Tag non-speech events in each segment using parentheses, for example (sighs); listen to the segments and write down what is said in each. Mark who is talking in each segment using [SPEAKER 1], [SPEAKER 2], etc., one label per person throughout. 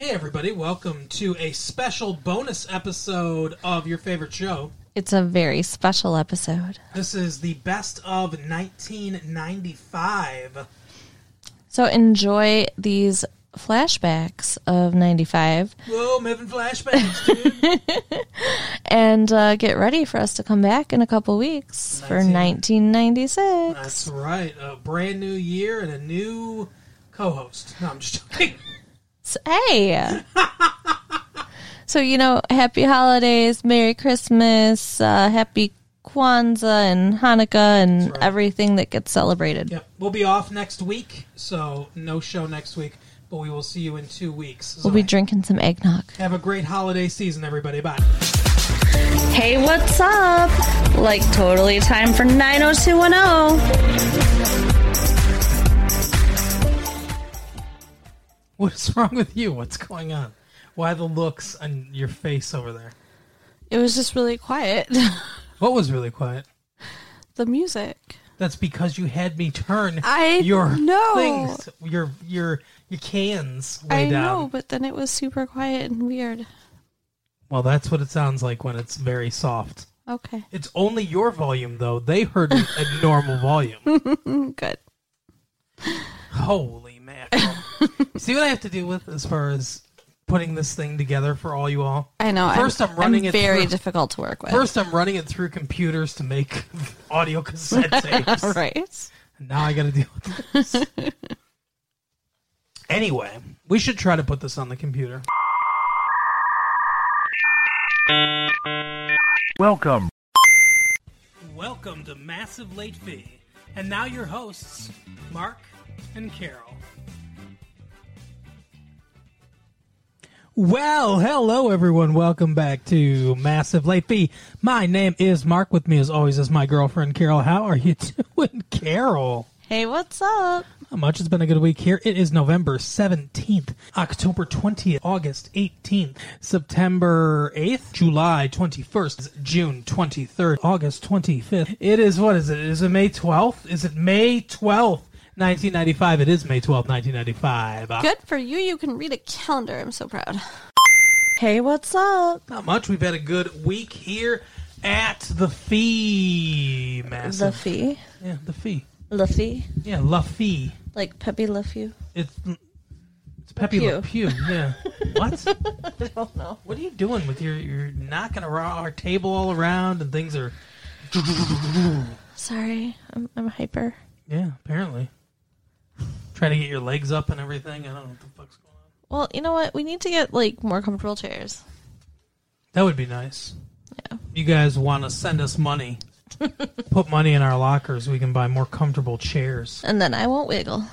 [SPEAKER 1] Hey, everybody, welcome to a special bonus episode of your favorite show.
[SPEAKER 2] It's a very special episode.
[SPEAKER 1] This is the best of 1995.
[SPEAKER 2] So enjoy these flashbacks of 95
[SPEAKER 1] Whoa, I'm having flashbacks, (laughs) dude.
[SPEAKER 2] and uh, get ready for us to come back in a couple weeks for 1996.
[SPEAKER 1] That's right. A brand new year and a new co host. No, I'm just (laughs) joking.
[SPEAKER 2] Hey! (laughs) so, you know, happy holidays, Merry Christmas, uh, happy Kwanzaa and Hanukkah and
[SPEAKER 1] right.
[SPEAKER 2] everything that gets celebrated.
[SPEAKER 1] Yep, we'll be off next week, so no show next week, but we will see you in two weeks.
[SPEAKER 2] We'll be drinking some eggnog.
[SPEAKER 1] Have a great holiday season, everybody. Bye.
[SPEAKER 2] Hey, what's up? Like, totally time for 90210.
[SPEAKER 1] What is wrong with you? What's going on? Why the looks on your face over there?
[SPEAKER 3] It was just really quiet. (laughs)
[SPEAKER 1] What was really quiet?
[SPEAKER 3] the music.
[SPEAKER 1] That's because you had me turn
[SPEAKER 3] I
[SPEAKER 1] your
[SPEAKER 3] know.
[SPEAKER 1] things, your your your cans way
[SPEAKER 3] I
[SPEAKER 1] down.
[SPEAKER 3] know, but then it was super quiet and weird.
[SPEAKER 1] Well, that's what it sounds like when it's very soft.
[SPEAKER 3] Okay,
[SPEAKER 1] It's only your volume though. They heard it
[SPEAKER 3] (laughs)
[SPEAKER 1] at normal volume.
[SPEAKER 3] good.
[SPEAKER 1] Holy
[SPEAKER 3] (laughs)
[SPEAKER 1] mackerel! See what I have to deal with as far as putting this thing together for all you all.
[SPEAKER 3] I know.
[SPEAKER 1] First, I'm running it
[SPEAKER 3] very
[SPEAKER 1] through-
[SPEAKER 3] difficult to work with.
[SPEAKER 1] First, I'm running it through computers to make (laughs) audio cassette tapes.
[SPEAKER 3] (laughs) right?
[SPEAKER 1] Now I got to deal with this.
[SPEAKER 3] (laughs)
[SPEAKER 1] anyway, we should try to put this on the computer.
[SPEAKER 4] Welcome.
[SPEAKER 1] Welcome to Massive Late Fee. And now your hosts, Mark and Carol. Well, hello everyone. Welcome back to Massive Late Fee. My name is Mark. With me as always is my girlfriend Carol. How are you (laughs) doing, Carol?
[SPEAKER 2] Hey, what's up?
[SPEAKER 1] Not much. It's been a good week here. It is November 17th, October 20th, August 18th, September 8th, July 21st, June 23rd, August 25th. It is, what is it? Is it May 12th? Is it May 12th? 1995. It is May 12th, 1995. Uh,
[SPEAKER 3] Good for you. You can read a calendar. I'm so proud. (laughs)
[SPEAKER 2] Hey, what's up?
[SPEAKER 1] Not much. We've had a good week here at the fee, massive.
[SPEAKER 2] Luffy.
[SPEAKER 1] yeah, the fee.
[SPEAKER 2] Luffy.
[SPEAKER 1] Yeah, La Fee.
[SPEAKER 2] Like Peppy Luffy.
[SPEAKER 1] It's it's Pepe Le Pew.
[SPEAKER 2] (laughs)
[SPEAKER 1] Yeah. what?
[SPEAKER 2] I don't know.
[SPEAKER 1] What are you doing with your? You're knocking around our table all around, and things are.
[SPEAKER 2] Sorry, I'm, I'm hyper.
[SPEAKER 1] Yeah, apparently. Trying to get your legs up and everything. I don't know what the fuck's going on.
[SPEAKER 2] Well, you know what? We need to get like more comfortable chairs.
[SPEAKER 1] That would be nice. Yeah. You guys want to send us
[SPEAKER 2] (laughs)
[SPEAKER 1] money? Put money in our lockers. We can buy more comfortable chairs.
[SPEAKER 2] And then I won't wiggle.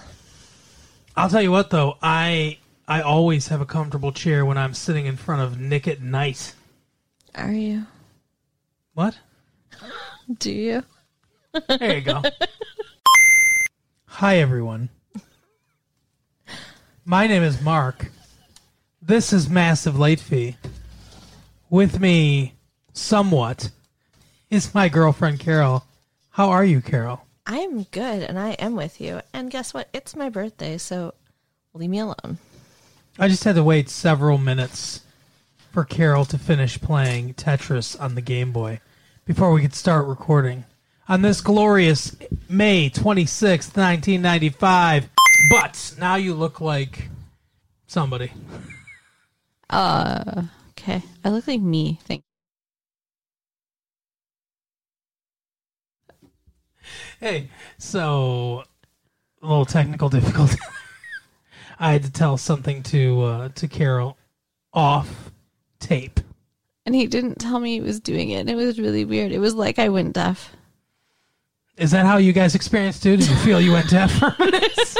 [SPEAKER 1] I'll tell you what, though. I I always have a comfortable chair when I'm sitting in front of Nick at Night.
[SPEAKER 2] Are you?
[SPEAKER 1] What?
[SPEAKER 2] Do you?
[SPEAKER 1] There you go. Hi, everyone. My name is Mark. This is Massive Late Fee. With me, somewhat, is my girlfriend Carol. How are you, Carol?
[SPEAKER 2] I'm good and I am with you. And guess what? It's my birthday, so leave me alone.
[SPEAKER 1] I just had to wait several minutes for Carol to finish playing Tetris on the Game Boy before we could start recording on this glorious May 26th, 1995. But now you look like somebody.
[SPEAKER 3] Uh, Okay, I look like me. Thank.
[SPEAKER 1] Hey, so a little technical (laughs) difficulty. I had to tell something to uh, to Carol off tape.
[SPEAKER 3] And he didn't tell me he was doing it. And it was really weird. It was like I went deaf. (laughs)
[SPEAKER 1] Is that how you guys experienced it? Did you feel you went deaf from this?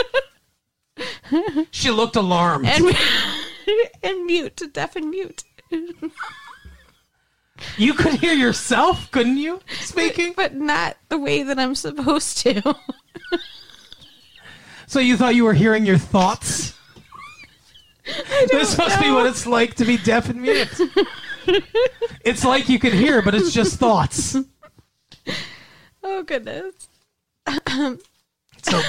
[SPEAKER 1] she looked alarmed.
[SPEAKER 3] And and mute, deaf and mute. (laughs)
[SPEAKER 1] you could hear yourself, couldn't you? Speaking.
[SPEAKER 3] but not the way that I'm supposed to. (laughs)
[SPEAKER 1] So you thought you were hearing your thoughts? this must be what it's like to be deaf and mute. it's like you can hear, but it's just thoughts.
[SPEAKER 3] oh goodness.
[SPEAKER 1] So.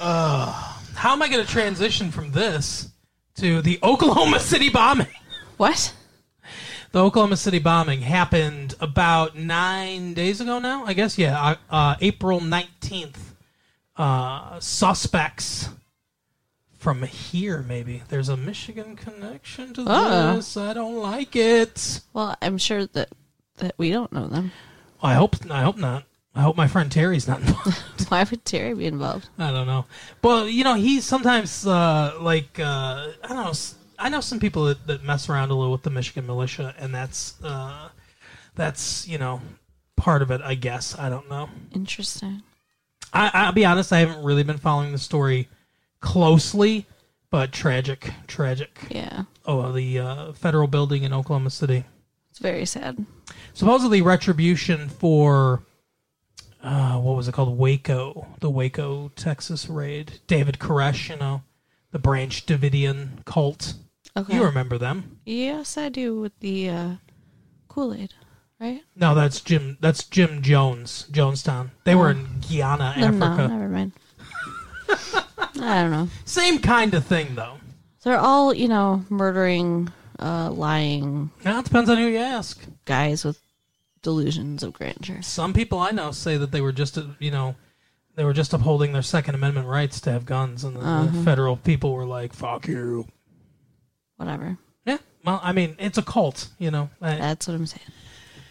[SPEAKER 1] Oh, How am I going to transition from this to the Oklahoma City bombing?
[SPEAKER 3] What?
[SPEAKER 1] The Oklahoma City bombing happened about nine days ago now, I guess. Yeah, uh, uh, April 19th. Uh, suspects from here, maybe. There's a Michigan connection to
[SPEAKER 3] Uh-oh.
[SPEAKER 1] this. I don't like it.
[SPEAKER 3] Well, I'm sure that that we don't know them. (laughs)
[SPEAKER 1] I hope I hope not. I hope my friend Terry's not involved.
[SPEAKER 3] Why would Terry be involved?
[SPEAKER 1] I don't know. But you know, he sometimes uh, like uh, I don't know. s- I know some people that, that mess around a little with the Michigan militia, and that's uh, that's you know part of it. I guess I don't know.
[SPEAKER 3] Interesting.
[SPEAKER 1] I, I'll be honest. I haven't really been following the story closely, but tragic, tragic.
[SPEAKER 3] Yeah,
[SPEAKER 1] Oh, the uh, federal building in Oklahoma City.
[SPEAKER 3] it's very sad.
[SPEAKER 1] supposedly retribution for uh, what was it called waco the waco texas raid david koresh you know the branch davidian cult
[SPEAKER 3] Okay.
[SPEAKER 1] you remember them
[SPEAKER 3] yes, I do with the uh, Kool Aid, right?
[SPEAKER 1] no that's jim that's jim jones jonestown they were in guyana
[SPEAKER 3] Oh. No, no,
[SPEAKER 1] africa
[SPEAKER 3] never mind. (laughs) I don't know.
[SPEAKER 1] same kind of thing though
[SPEAKER 3] They're all you know murdering, uh, lying
[SPEAKER 1] now it depends on who you ask
[SPEAKER 3] guys with delusions of grandeur.
[SPEAKER 1] some people i know say that they were just uh, you know they were just upholding their second amendment rights to have guns and the,
[SPEAKER 3] Uh-huh.
[SPEAKER 1] the federal people were like fuck you
[SPEAKER 3] Whatever.
[SPEAKER 1] Yeah. Well, I mean, it's a cult, you know. Uh,
[SPEAKER 3] That's what I'm saying.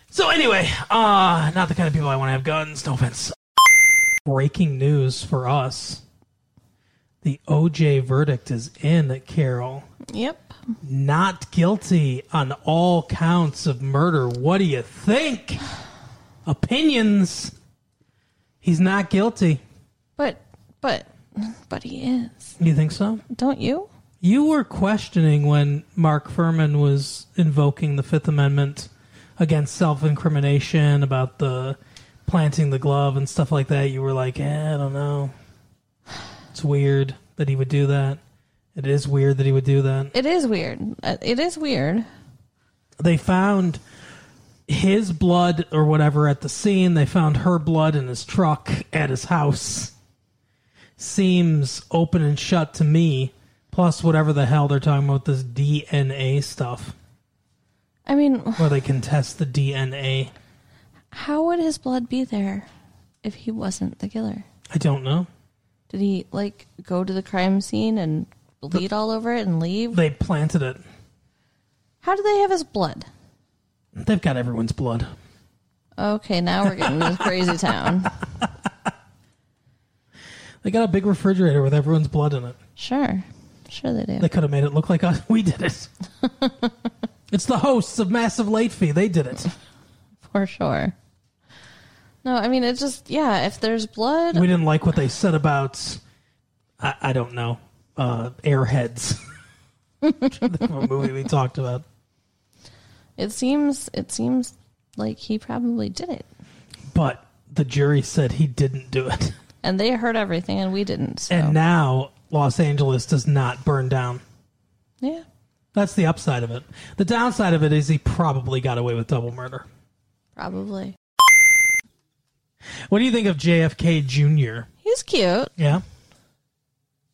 [SPEAKER 1] So anyway, uh not the kind of people I want to have guns. No offense. Breaking news for us: the OJ verdict is in. Carol,
[SPEAKER 3] Yep.
[SPEAKER 1] not guilty on all counts of murder. What do you think? Opinions. He's not guilty.
[SPEAKER 2] But, but, but he is.
[SPEAKER 1] You think so?
[SPEAKER 2] Don't you?
[SPEAKER 1] You were questioning when Mark Furman was invoking the Fifth Amendment against self incrimination about the planting the glove and stuff like that. You were like, eh, I don't know. It's weird that he would do that. It is weird that he would do that.
[SPEAKER 2] It is weird. Uh, It is weird.
[SPEAKER 1] They found his blood or whatever at the scene. They found her blood in his truck at his house. Seems open and shut to me. Plus, whatever the hell they're talking about, this DNA stuff,
[SPEAKER 2] I mean,
[SPEAKER 1] where they can test the DNA.
[SPEAKER 2] how would his blood be there if he wasn't the killer?
[SPEAKER 1] I don't know.
[SPEAKER 2] Did he like go to the crime scene and bleed all over it and leave?
[SPEAKER 1] They planted it.
[SPEAKER 2] How do they have his blood?
[SPEAKER 1] They've got everyone's blood.
[SPEAKER 2] Okay, now we're getting to crazy
[SPEAKER 1] (laughs)
[SPEAKER 2] town.
[SPEAKER 1] They got a big refrigerator with everyone's blood in it.
[SPEAKER 2] Sure, sure they do.
[SPEAKER 1] They could have made it look like us. (laughs) We did it. it's the hosts of Massive Late Fee. They did it.
[SPEAKER 2] for sure. No, I mean it just yeah. If there's blood,
[SPEAKER 1] we didn't like what they said about I, I don't know uh, airheads. (laughs) the movie we talked about.
[SPEAKER 2] it seems it seems like he probably did it,
[SPEAKER 1] But the jury said he didn't do it.
[SPEAKER 2] and they heard everything, and we didn't. So
[SPEAKER 1] And now Los Angeles does not burn down.
[SPEAKER 2] yeah,
[SPEAKER 1] That's the upside of it. The downside of it is he probably got away with double murder.
[SPEAKER 2] probably
[SPEAKER 1] What do you think of JFK Jr.?
[SPEAKER 2] he's cute.
[SPEAKER 1] Yeah.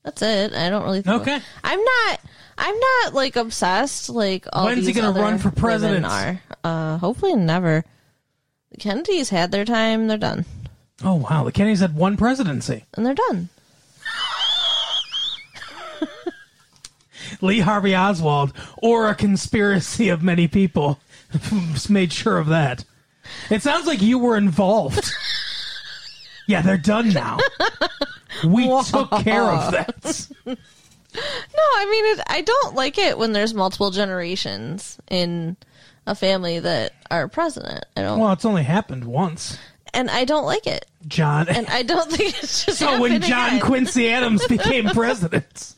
[SPEAKER 2] That's it. I don't really think
[SPEAKER 1] Okay.
[SPEAKER 2] I'm not. I'm not like obsessed like all.
[SPEAKER 1] When's he
[SPEAKER 2] these
[SPEAKER 1] gonna
[SPEAKER 2] other
[SPEAKER 1] run for
[SPEAKER 2] women
[SPEAKER 1] president?
[SPEAKER 2] Are uh, hopefully never. The Kennedys had their time. They're done,
[SPEAKER 1] Oh, wow. The Kennedys had one presidency.
[SPEAKER 2] and they're done.
[SPEAKER 1] Lee Harvey Oswald or a conspiracy of many people. (laughs) Just made sure of that. It sounds like you were involved. yeah, they're done now. We took care of that.
[SPEAKER 2] No, I mean, it, I don't like it when there's multiple generations in a family that are president. I don't,
[SPEAKER 1] Well, it's only happened once.
[SPEAKER 2] and I don't like it,
[SPEAKER 1] John.
[SPEAKER 2] and I don't (laughs) think it's just.
[SPEAKER 1] so when John Quincy Adams became president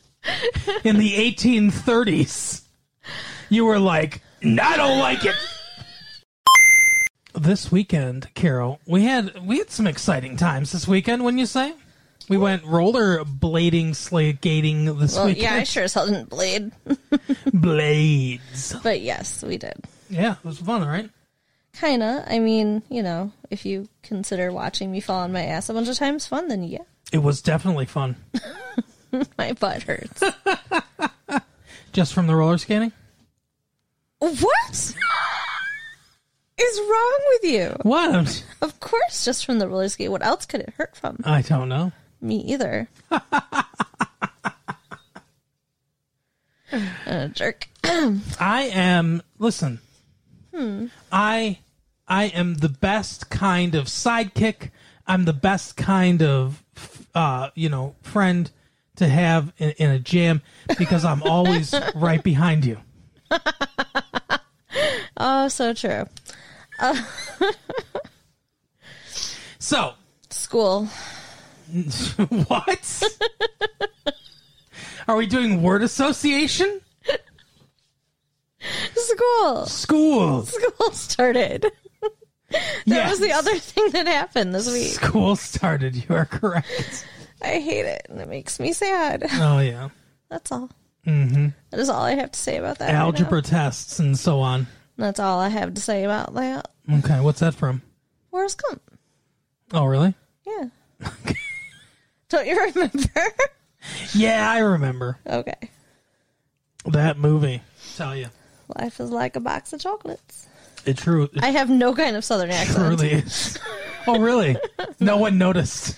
[SPEAKER 1] in the 1830s, you were like, "No, I don't like it. This weekend, Carol, we had we had some exciting times this weekend. Wouldn't you say? We went rollerblading, slagating this
[SPEAKER 2] Well,
[SPEAKER 1] weekend.
[SPEAKER 2] yeah, I sure as hell didn't bleed,
[SPEAKER 1] Blades.
[SPEAKER 2] but yes, we did.
[SPEAKER 1] Yeah, it was fun, right?
[SPEAKER 2] Kinda. I mean, you know, if you consider watching me fall on my ass a bunch of times fun, then yeah. (laughs)
[SPEAKER 1] It was definitely fun.
[SPEAKER 2] My
[SPEAKER 1] (laughs)
[SPEAKER 2] butt hurts.
[SPEAKER 1] Just from the roller skating?
[SPEAKER 2] what is wrong with you?
[SPEAKER 1] What? I'm,
[SPEAKER 2] Of course, just from the roller skate. What else could it hurt from?
[SPEAKER 1] I don't know.
[SPEAKER 2] Me
[SPEAKER 1] (laughs)
[SPEAKER 2] either. Uh, jerk.
[SPEAKER 1] I am. Listen,
[SPEAKER 2] Hmm.
[SPEAKER 1] I I am the best kind of sidekick. I'm the best kind of uh, you know friend to have in, in a jam because I'm
[SPEAKER 2] (laughs)
[SPEAKER 1] always right behind you.
[SPEAKER 2] Oh, so true.
[SPEAKER 1] So (laughs)
[SPEAKER 2] School.
[SPEAKER 1] what? Are we doing word association?
[SPEAKER 2] School.
[SPEAKER 1] School.
[SPEAKER 2] School started. That
[SPEAKER 1] Yes.
[SPEAKER 2] was the other thing that happened this week.
[SPEAKER 1] School started. You are
[SPEAKER 2] (laughs)
[SPEAKER 1] correct.
[SPEAKER 2] I hate it, and it makes me sad.
[SPEAKER 1] Oh yeah.
[SPEAKER 2] That's all. Mm-hmm. is all I have to say about that. right now.
[SPEAKER 1] Algebra tests and so on.
[SPEAKER 2] That's all I have to say about that.
[SPEAKER 1] Okay, what's that from?
[SPEAKER 2] Forrest Gump.
[SPEAKER 1] Oh really? (laughs)
[SPEAKER 2] Yeah. Don't you remember? (laughs)
[SPEAKER 1] Yeah, I remember
[SPEAKER 2] okay.
[SPEAKER 1] that movie. Tell you,
[SPEAKER 2] Life is like a box of chocolates.
[SPEAKER 1] it true. It
[SPEAKER 2] I have no kind of southern accent.
[SPEAKER 1] truly is. Oh really? No one noticed.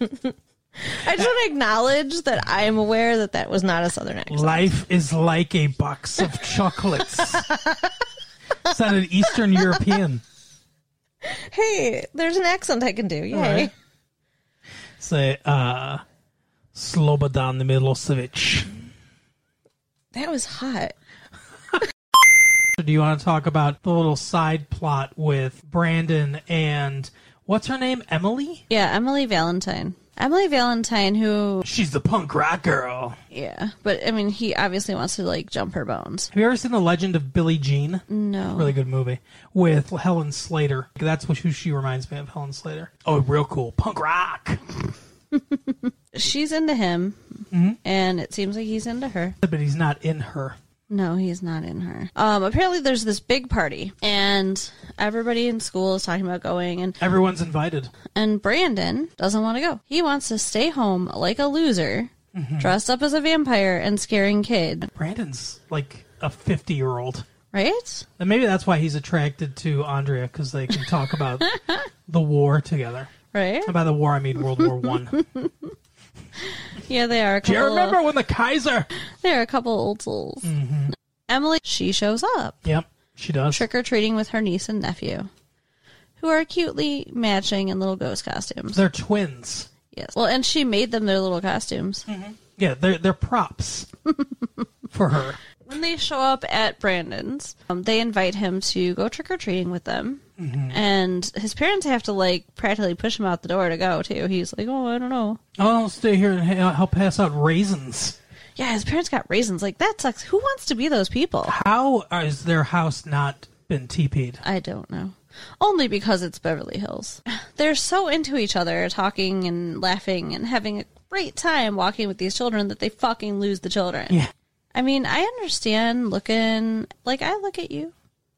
[SPEAKER 2] I just want to acknowledge that I am aware that that was not a southern accent.
[SPEAKER 1] Life is like a box of chocolates. Sounded Eastern European.
[SPEAKER 2] Hey, there's an accent I can do. Yay.
[SPEAKER 1] Alright. Say, uh, Slobodan Milosevic.
[SPEAKER 2] That was hot.
[SPEAKER 1] So do you want to talk about the little side plot with Brandon and what's her name? Emily?
[SPEAKER 3] Yeah, Emily Valentine. Emily Valentine, who,
[SPEAKER 1] She's the punk rock girl.
[SPEAKER 3] yeah, but I mean, he obviously wants to like jump her bones.
[SPEAKER 1] Have you ever seen The Legend of Billie Jean?
[SPEAKER 3] No.
[SPEAKER 1] Really good movie with Helen Slater. That's what- who she reminds me of, Helen Slater. Oh, real cool. Punk rock.
[SPEAKER 3] She's into him,
[SPEAKER 1] Mm-hmm.
[SPEAKER 3] and it seems like he's into her.
[SPEAKER 1] But he's not in her.
[SPEAKER 3] No, he's not in her. Um, apparently, there's this big party, and everybody in school is talking about going, and
[SPEAKER 1] Everyone's invited.
[SPEAKER 3] and Brandon doesn't want to go. He wants to stay home like a loser,
[SPEAKER 1] Mm-hmm.
[SPEAKER 3] dressed up as a vampire and scaring kid,
[SPEAKER 1] Brandon's like a 50 year old.
[SPEAKER 3] right?
[SPEAKER 1] And maybe that's why he's attracted to Andrea because they can talk (laughs) about the war together.
[SPEAKER 3] Right?
[SPEAKER 1] And by the war, I mean World War One.
[SPEAKER 3] Yeah, they are.
[SPEAKER 1] (laughs)
[SPEAKER 3] A
[SPEAKER 1] Do
[SPEAKER 3] couple
[SPEAKER 1] you remember Mm-hmm. when the Kaiser?
[SPEAKER 3] They're a couple old souls. Emily, she shows up
[SPEAKER 1] Yep, she does.
[SPEAKER 3] trick or treating with her niece and nephew, who are cutely matching in little ghost costumes.
[SPEAKER 1] They're twins.
[SPEAKER 3] Yes. Well, and she made them their little costumes.
[SPEAKER 1] Yeah, they're they're props for her.
[SPEAKER 3] When they show up at Brandon's, um, they invite him to go trick or treating with them. And his parents have to, like, practically push him out the door to go, too. He's like, oh, I don't know.
[SPEAKER 1] I'll stay here and ha- I'll pass out raisins.
[SPEAKER 3] Yeah, his parents got raisins. Like, that sucks. Who wants to be those people?
[SPEAKER 1] How has their house not been teepeed?
[SPEAKER 3] I don't know. Only because it's Beverly Hills. (sighs) They're so into each other, talking and laughing and having a great time walking with these children that they fucking lose the children.
[SPEAKER 1] Yeah,
[SPEAKER 3] I mean, I understand looking like I look at you.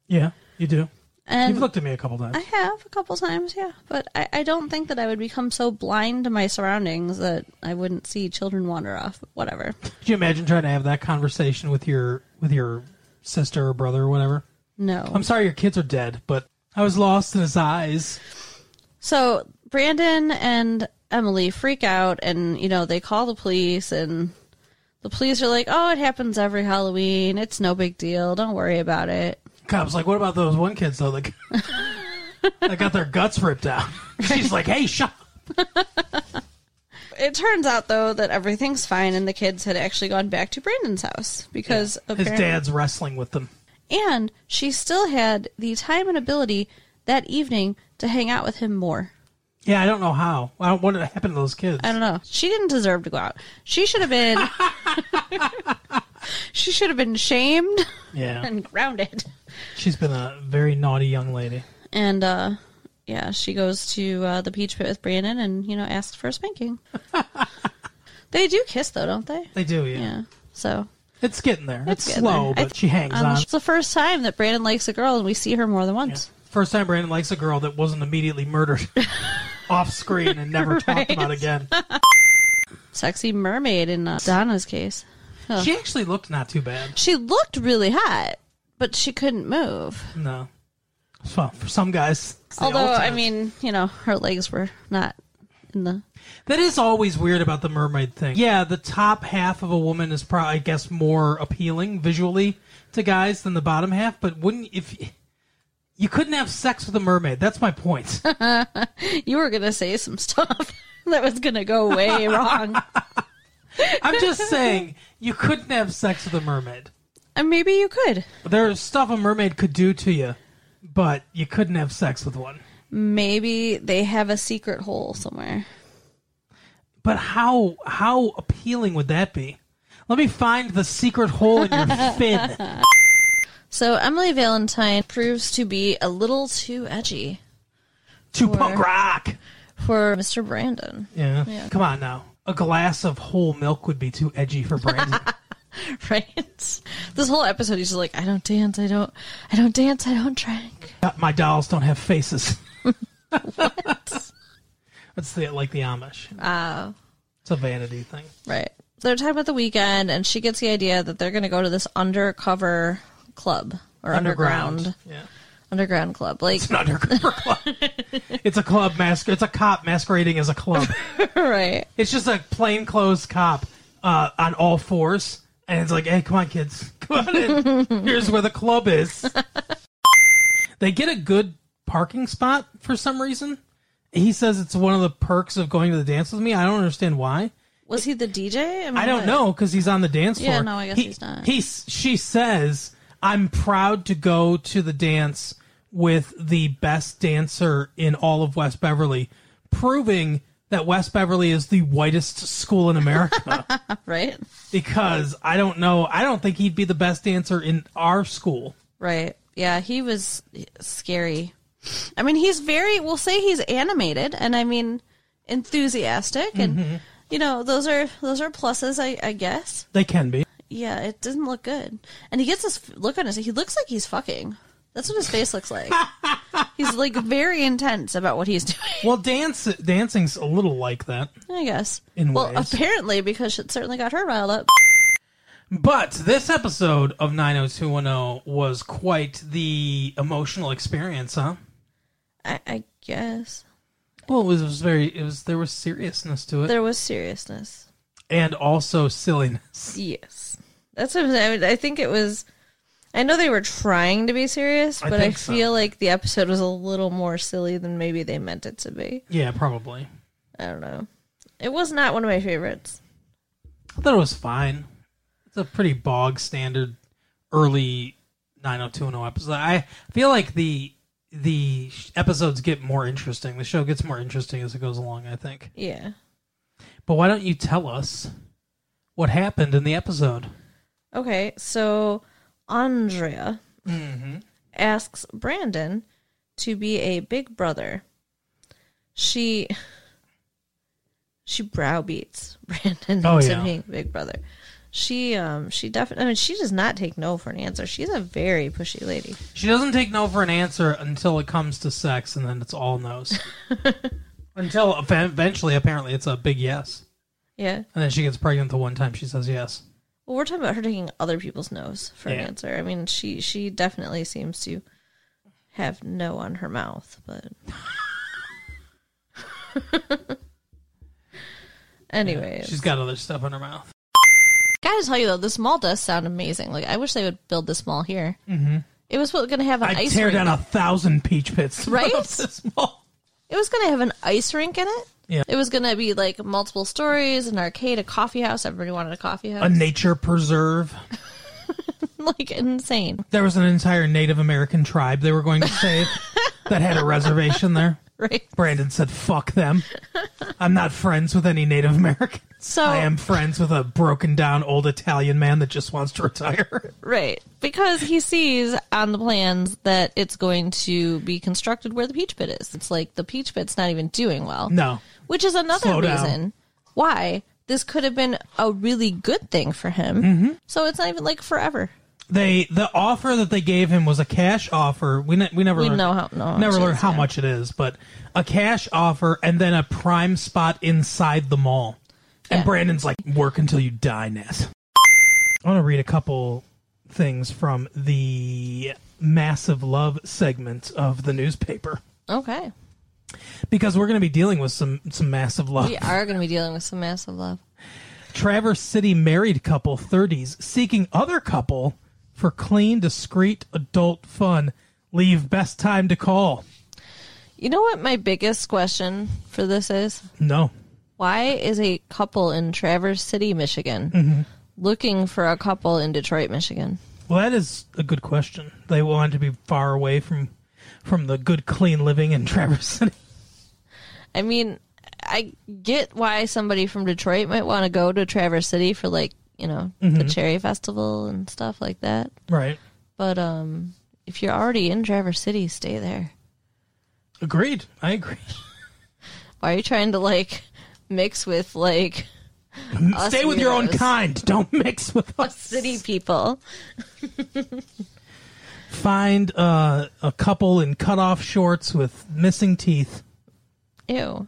[SPEAKER 1] yeah, you do.
[SPEAKER 3] And
[SPEAKER 1] You've looked at me a couple times.
[SPEAKER 3] I have a couple times, yeah. But I, I don't think that I would become so blind to my surroundings that I wouldn't see children wander off. Whatever.
[SPEAKER 1] Could you imagine trying to have that conversation with your with your sister or brother or whatever?
[SPEAKER 3] No.
[SPEAKER 1] I'm sorry, your kids are dead, but I was lost in his eyes.
[SPEAKER 3] So Brandon and Emily freak out and, you know, they call the police and the police are like, oh, it happens every Halloween. It's no big deal. Don't worry about it.
[SPEAKER 1] Cops like, what about those one kids though? Like, that got (laughs) their guts ripped out. (laughs) She's like, hey, shut. up."
[SPEAKER 3] It turns out, though, that everything's fine and the kids had actually gone back to Brandon's house because
[SPEAKER 1] His
[SPEAKER 3] apparently.
[SPEAKER 1] dad's wrestling with them.
[SPEAKER 3] And she still had the time and ability that evening to hang out with him more.
[SPEAKER 1] Yeah, I don't know how. I don't, what happened to those kids?
[SPEAKER 3] I don't know. She didn't deserve to go out. She should have
[SPEAKER 1] (laughs)
[SPEAKER 3] been. she should have been shamed
[SPEAKER 1] Yeah,
[SPEAKER 3] and grounded.
[SPEAKER 1] she's been a very naughty young lady.
[SPEAKER 3] And uh, yeah, she goes to uh, the peach pit with Brandon and you know asks for
[SPEAKER 1] (laughs)
[SPEAKER 3] a spanking. they do kiss though, don't they?
[SPEAKER 1] They do, yeah.
[SPEAKER 3] Yeah. So
[SPEAKER 1] It's getting there. It's,
[SPEAKER 3] getting
[SPEAKER 1] slow,
[SPEAKER 3] there. I
[SPEAKER 1] but she hangs
[SPEAKER 3] um,
[SPEAKER 1] on.
[SPEAKER 3] it's the first time that Brandon likes a girl, and we see her more than once.
[SPEAKER 1] First time Brandon likes a
[SPEAKER 3] (laughs)
[SPEAKER 1] girl that wasn't immediately murdered off screen and never talked about again.
[SPEAKER 3] Sexy mermaid in uh, Donna's case. Oh.
[SPEAKER 1] She actually looked not too bad.
[SPEAKER 3] She looked really hot, but she couldn't move.
[SPEAKER 1] No. So for some guys, it's the
[SPEAKER 3] Although, I
[SPEAKER 1] ultimate.
[SPEAKER 3] mean, you know, her legs were not in the.
[SPEAKER 1] that is always weird about the mermaid thing. Yeah, the top half of a woman is probably, I guess, more appealing visually to guys than the bottom half. But wouldn't if you couldn't have sex with a mermaid? That's my point.
[SPEAKER 3] (laughs) You were going to say some (laughs) stuff that was going to go
[SPEAKER 1] (laughs)
[SPEAKER 3] way wrong.
[SPEAKER 1] I'm just saying you couldn't have sex with a mermaid.
[SPEAKER 3] And Uh, maybe you could.
[SPEAKER 1] There's stuff a mermaid could do to you, but you couldn't have sex with one.
[SPEAKER 3] Maybe they have a secret hole somewhere.
[SPEAKER 1] But how how appealing would that be? Let me find the secret hole in your fin.
[SPEAKER 2] So Emily Valentine proves to be a little too edgy
[SPEAKER 1] to punk
[SPEAKER 2] Or-
[SPEAKER 1] rock.
[SPEAKER 2] for Mr. Brandon. (laughs)
[SPEAKER 1] Yeah. Come on now. A glass of whole milk would be too edgy for Brandon.
[SPEAKER 2] Right? This whole episode he's just like, I don't dance, I don't I don't dance, I don't drink.
[SPEAKER 1] Uh, My dolls don't have faces. (laughs) That's the, like the Amish.
[SPEAKER 2] Wow.
[SPEAKER 1] It's a vanity thing.
[SPEAKER 2] Right. They're talking about the weekend and she gets the idea that they're gonna go to this undercover club or underground underground,
[SPEAKER 1] Yeah.
[SPEAKER 2] club. Like
[SPEAKER 1] It's an undercover club. it's a club mask. It's a cop masquerading as a club.
[SPEAKER 2] right.
[SPEAKER 1] It's just a plainclothes cop uh, on all fours, and it's like, hey, come on, kids, (laughs) come on in. Here's where the club is. they get a good parking spot for some reason. He says it's one of the perks of going to the dance with me. I don't understand why.
[SPEAKER 3] Was he the DJ? mean,
[SPEAKER 1] I don't
[SPEAKER 3] what-
[SPEAKER 1] know because he's on the dance floor.
[SPEAKER 3] Yeah, no, I guess
[SPEAKER 1] He-
[SPEAKER 3] he's not.
[SPEAKER 1] He's she says, "I'm proud to go to the dance with the best dancer in all of West Beverly," proving that West Beverly is the whitest school in
[SPEAKER 3] (laughs)
[SPEAKER 1] America.
[SPEAKER 3] Right?
[SPEAKER 1] because I don't know, I don't think he'd be the best dancer in our school.
[SPEAKER 3] Right. Yeah, he was scary. I mean, he's very, we'll say he's animated and I mean enthusiastic and
[SPEAKER 1] Mm-hmm.
[SPEAKER 3] you know, those are those are pluses I I guess.
[SPEAKER 1] They can be.
[SPEAKER 3] Yeah, it doesn't look good. And he gets this f- look on his he looks like he's fucking. That's what his face
[SPEAKER 1] (laughs)
[SPEAKER 3] looks like. he's like very intense about what he's (laughs) doing.
[SPEAKER 1] Well, dance dancing's a little like that.
[SPEAKER 3] I guess.
[SPEAKER 1] In
[SPEAKER 3] well,
[SPEAKER 1] ways.
[SPEAKER 3] apparently because it certainly got her riled up.
[SPEAKER 1] But this episode of 90210 was quite the emotional experience, huh?
[SPEAKER 3] I, I guess
[SPEAKER 1] Well, it was, it was very. It was there was seriousness to it,
[SPEAKER 3] there was seriousness.
[SPEAKER 1] and also silliness.
[SPEAKER 2] Yes. That's what I'm saying. I, mean, I think it was. I know they were trying to be serious,
[SPEAKER 1] I
[SPEAKER 2] but I,
[SPEAKER 1] think so.
[SPEAKER 2] feel like the episode was a little more silly than maybe they meant it to be.
[SPEAKER 1] Yeah, probably.
[SPEAKER 2] I don't know. It was not one of my favorites.
[SPEAKER 1] I thought it was fine. It's a pretty bog standard early 90210 episode. I feel like the the sh- episodes get more interesting. The show gets more interesting as it goes along. I think.
[SPEAKER 2] Yeah.
[SPEAKER 1] But why don't you tell us what happened in the episode?
[SPEAKER 2] Okay, so Andrea
[SPEAKER 1] Mm-hmm.
[SPEAKER 2] asks Brandon to be a big brother. She she browbeats (laughs) Brandon
[SPEAKER 1] Oh,
[SPEAKER 2] into
[SPEAKER 1] yeah.
[SPEAKER 2] being big brother. She um she definitely I mean she does not take no for an answer. She's a very pushy lady.
[SPEAKER 1] She doesn't take no for an answer until it comes to sex, and then it's all no's. until ev- eventually, apparently, it's a big yes.
[SPEAKER 2] Yeah.
[SPEAKER 1] And then she gets pregnant the one time she says yes.
[SPEAKER 2] Well, we're talking about her taking other people's no's for an
[SPEAKER 1] Yeah.
[SPEAKER 2] answer. I mean, she she definitely seems to have no on her mouth, but
[SPEAKER 1] (laughs)
[SPEAKER 2] anyways,
[SPEAKER 1] She's got other stuff in her mouth.
[SPEAKER 2] gotta tell you though, this mall does sound amazing. Like, I wish they would build this mall here. Mm-hmm. It was going to have an
[SPEAKER 1] I
[SPEAKER 2] ice
[SPEAKER 1] tear
[SPEAKER 2] rink.
[SPEAKER 1] down a thousand peach pits. (laughs) to put
[SPEAKER 2] Right?
[SPEAKER 1] up this mall.
[SPEAKER 2] It was going to have an ice rink in it.
[SPEAKER 1] Yeah.
[SPEAKER 2] It was going to be like multiple stories, an arcade, a coffee house. Everybody wanted a coffee
[SPEAKER 1] A
[SPEAKER 2] house.
[SPEAKER 1] nature preserve.
[SPEAKER 2] (laughs) like insane,
[SPEAKER 1] There was an entire Native American tribe they were going to
[SPEAKER 2] (laughs)
[SPEAKER 1] save that had a reservation there.
[SPEAKER 2] right?
[SPEAKER 1] Brandon said, fuck them. I'm not friends with any Native Americans.
[SPEAKER 2] So
[SPEAKER 1] I am friends with a broken down old Italian man that just wants to retire.
[SPEAKER 2] Right. Because he sees on the plans that it's going to be constructed where the peach pit is. It's like the peach pit's not even doing well.
[SPEAKER 1] No.
[SPEAKER 2] Which is another
[SPEAKER 1] Slow down.
[SPEAKER 2] reason why this could have been a really good thing for him.
[SPEAKER 1] Mm-hmm.
[SPEAKER 2] So it's not even like forever.
[SPEAKER 1] They the offer that they gave him was a cash offer. We ne- we never
[SPEAKER 2] We
[SPEAKER 1] learned,
[SPEAKER 2] know how- no,
[SPEAKER 1] never
[SPEAKER 2] it
[SPEAKER 1] learned
[SPEAKER 2] is,
[SPEAKER 1] how
[SPEAKER 2] yeah.
[SPEAKER 1] much it is, but a cash offer and then a prime spot inside the mall. And Brandon's like, work until you die, Ness. I want to read a couple things from the massive love segment of the newspaper
[SPEAKER 2] Okay.
[SPEAKER 1] because we're going to be dealing with some some massive love.
[SPEAKER 2] We are going to be dealing with some massive love.
[SPEAKER 1] Traverse City married couple 30s seeking other couple for clean, discreet adult fun. Leave best time to call.
[SPEAKER 2] You know what my biggest question for this is?
[SPEAKER 1] No.
[SPEAKER 2] Why is a couple in Traverse City, Michigan,
[SPEAKER 1] Mm-hmm.
[SPEAKER 2] looking for a couple in Detroit, Michigan?
[SPEAKER 1] Well, that is a good question. They wanted to be far away from from the good clean living in (laughs) Traverse City.
[SPEAKER 2] I mean, I get why somebody from Detroit might want to go to Traverse City for like, you know, the Cherry Festival and stuff like that.
[SPEAKER 1] Right.
[SPEAKER 2] But um if you're already in Traverse City, stay there.
[SPEAKER 1] Agreed. I agree.
[SPEAKER 2] Why are you trying to like (laughs) mix with like (laughs) Us
[SPEAKER 1] Stay with your own
[SPEAKER 2] weirdos.
[SPEAKER 1] kind. Don't (laughs) mix with us.
[SPEAKER 2] city people?
[SPEAKER 1] Find uh, a couple in cutoff shorts with missing teeth.
[SPEAKER 2] Ew.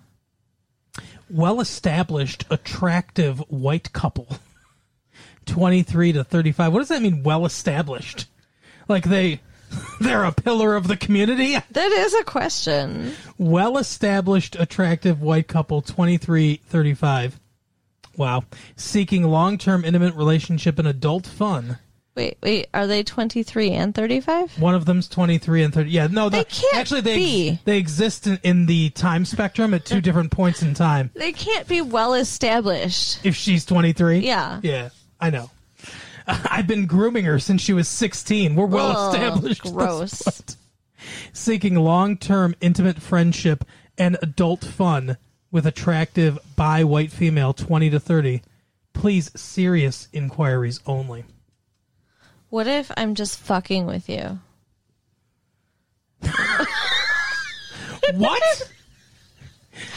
[SPEAKER 1] well established, attractive white couple. (laughs) 23 to 35. What does that mean, well established? Like they. (laughs) They're a pillar of the community.
[SPEAKER 2] That is a question.
[SPEAKER 1] Well established, attractive white couple, 23, 35. Wow. Seeking long term intimate relationship and adult fun.
[SPEAKER 2] Wait, wait, are they 23 and 35?
[SPEAKER 1] One of them's 23 and 30. Yeah, no, the-
[SPEAKER 2] can't
[SPEAKER 1] actually, they,
[SPEAKER 2] be.
[SPEAKER 1] they exist in, in the time spectrum at
[SPEAKER 2] (laughs)
[SPEAKER 1] two different points in time.
[SPEAKER 2] They can't be well established.
[SPEAKER 1] If she's 23?
[SPEAKER 2] Yeah.
[SPEAKER 1] Yeah, I know. (laughs) I've been grooming her since she was 16. We're well
[SPEAKER 2] Ugh,
[SPEAKER 1] established. (laughs) at this
[SPEAKER 2] gross.
[SPEAKER 1] point. Seeking long term intimate friendship and adult fun with attractive bi white female 20 to 30. Please, serious inquiries
[SPEAKER 2] (laughs)
[SPEAKER 1] only.
[SPEAKER 2] What if I'm just fucking with you?
[SPEAKER 1] What?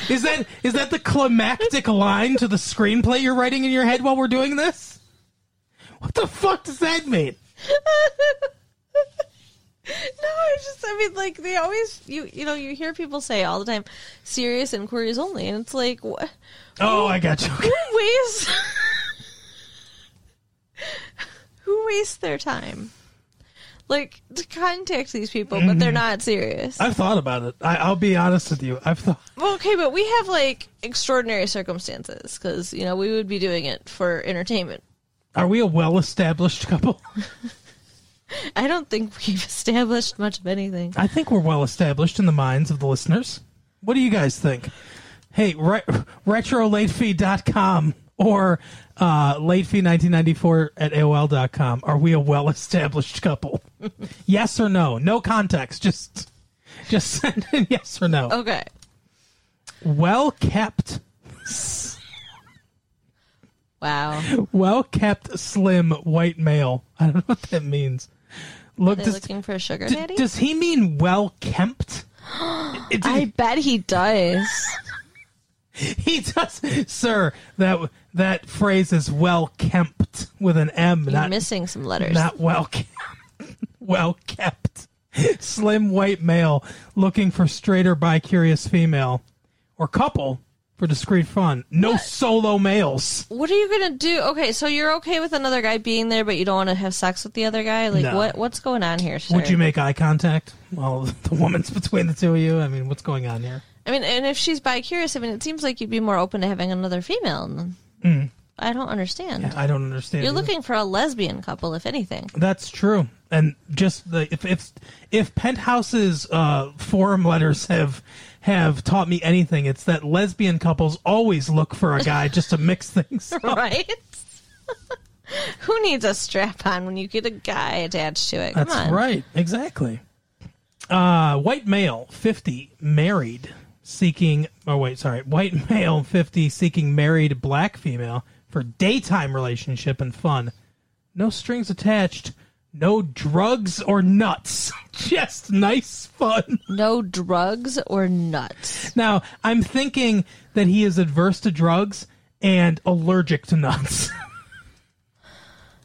[SPEAKER 1] Is that is that the climactic line to the screenplay you're writing in your head while we're doing this? What the fuck does that mean?
[SPEAKER 2] No, (laughs) I just I mean like they always you you know you hear people say all the time serious inquiries only and it's like what
[SPEAKER 1] Oh, I got you. Okay.
[SPEAKER 2] who wastes (laughs) who wastes their time like to contact these people but they're not serious
[SPEAKER 1] I've thought about it. Mm-hmm. I, I'll be honest with you. I've thought.
[SPEAKER 2] well, okay but we have like extraordinary circumstances because you know we would be doing it for entertainment
[SPEAKER 1] Are we a well-established couple?
[SPEAKER 2] I don't think we've (laughs) established much of anything
[SPEAKER 1] I think we're well-established in the minds of the listeners. What do you guys think? Hey, re- retrolatefee.com or uh, latefee1994 at AOL.com. Are we a well-established couple? (laughs) yes or no? No context. Just, just (laughs) send in yes or no.
[SPEAKER 2] okay
[SPEAKER 1] Well-kept,
[SPEAKER 2] wow
[SPEAKER 1] well-kept, slim white male. I don't know what that means. Look,
[SPEAKER 2] they're
[SPEAKER 1] does,
[SPEAKER 2] looking for a sugar
[SPEAKER 1] d-
[SPEAKER 2] daddy
[SPEAKER 1] does he mean well-kempt? It-
[SPEAKER 2] (gasps) I bet he does.
[SPEAKER 1] He does, sir. That that phrase is well kempt with an M,
[SPEAKER 2] You're
[SPEAKER 1] not
[SPEAKER 2] missing some letters.
[SPEAKER 1] not well kept. (laughs) well kept. Slim white male looking for straight or bi curious female or couple for discreet fun. No solo males.
[SPEAKER 2] what are you gonna do? Okay, so you're okay with another guy being there, but you don't want to have sex with the other guy. Like,
[SPEAKER 1] No.
[SPEAKER 2] what what's going on here? Sir?
[SPEAKER 1] Would you make eye contact while (laughs) the woman's between the two of you? I mean, what's going on here?
[SPEAKER 2] I mean, and if she's bi curious, I mean, it seems like you'd be more open to having another female. Mm. I don't understand.
[SPEAKER 1] I don't understand.
[SPEAKER 2] You're
[SPEAKER 1] either.
[SPEAKER 2] looking for a lesbian couple, if anything. (laughs)
[SPEAKER 1] That's true. And just the if if if Penthouse's uh, forum letters have have taught me anything, it's that lesbian couples always look for a guy just to mix things. up.
[SPEAKER 2] Right? (laughs) Who needs a strap on when you get a guy attached to it? Come
[SPEAKER 1] That's
[SPEAKER 2] on.
[SPEAKER 1] right. Exactly. Uh, white male, fifty, married, seeking. Oh wait, sorry. White male, fifty, seeking married black female for daytime relationship and fun. No strings attached. No drugs or nuts. (laughs) Just nice fun.
[SPEAKER 2] No drugs or nuts.
[SPEAKER 1] Now, I'm thinking that he is adverse to drugs and allergic to nuts. (laughs)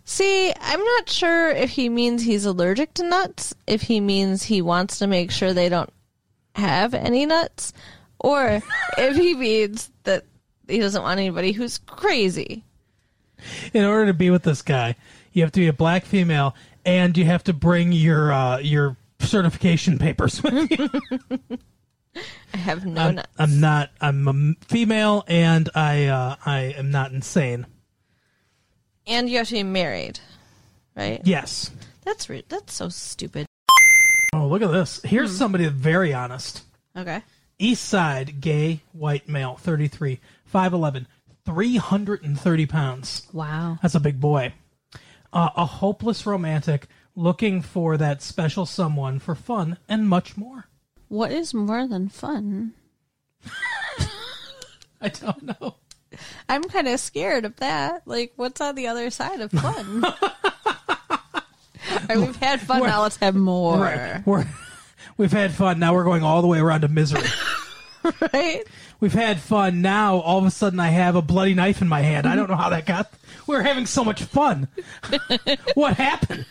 [SPEAKER 2] See, I'm not sure if he means he's allergic to nuts, if he means he wants to make sure they don't have any nuts, or if he means that he doesn't want anybody who's crazy.
[SPEAKER 1] in order to be with this guy, you have to be a black female and you have to bring your uh, your certification papers with you.
[SPEAKER 2] I have no.
[SPEAKER 1] I'm,
[SPEAKER 2] kno-
[SPEAKER 1] I'm not. I'm a m- female and I uh, I am not insane.
[SPEAKER 2] and you have to be married, right?
[SPEAKER 1] Yes.
[SPEAKER 2] That's rude. That's so stupid.
[SPEAKER 1] Oh, look at this. Here's somebody very honest.
[SPEAKER 3] Okay.
[SPEAKER 1] East Side gay white male, 33, 5'11, 330 pounds.
[SPEAKER 3] Wow.
[SPEAKER 1] That's a big boy. Uh, a hopeless romantic looking for that special someone for fun and much more.
[SPEAKER 3] What is more than fun?
[SPEAKER 1] I don't know.
[SPEAKER 3] I'm kind of scared of that. Like, what's on the other side of
[SPEAKER 2] (laughs)
[SPEAKER 3] fun? All right, we've had fun. Now let's have more.
[SPEAKER 1] Right. We're, we've had fun. Now we're going all the way around to misery.
[SPEAKER 3] right?
[SPEAKER 1] we've had fun. Now all of a sudden I have a bloody knife in my hand. I don't know how that got. We're having so much fun. (laughs) what happened?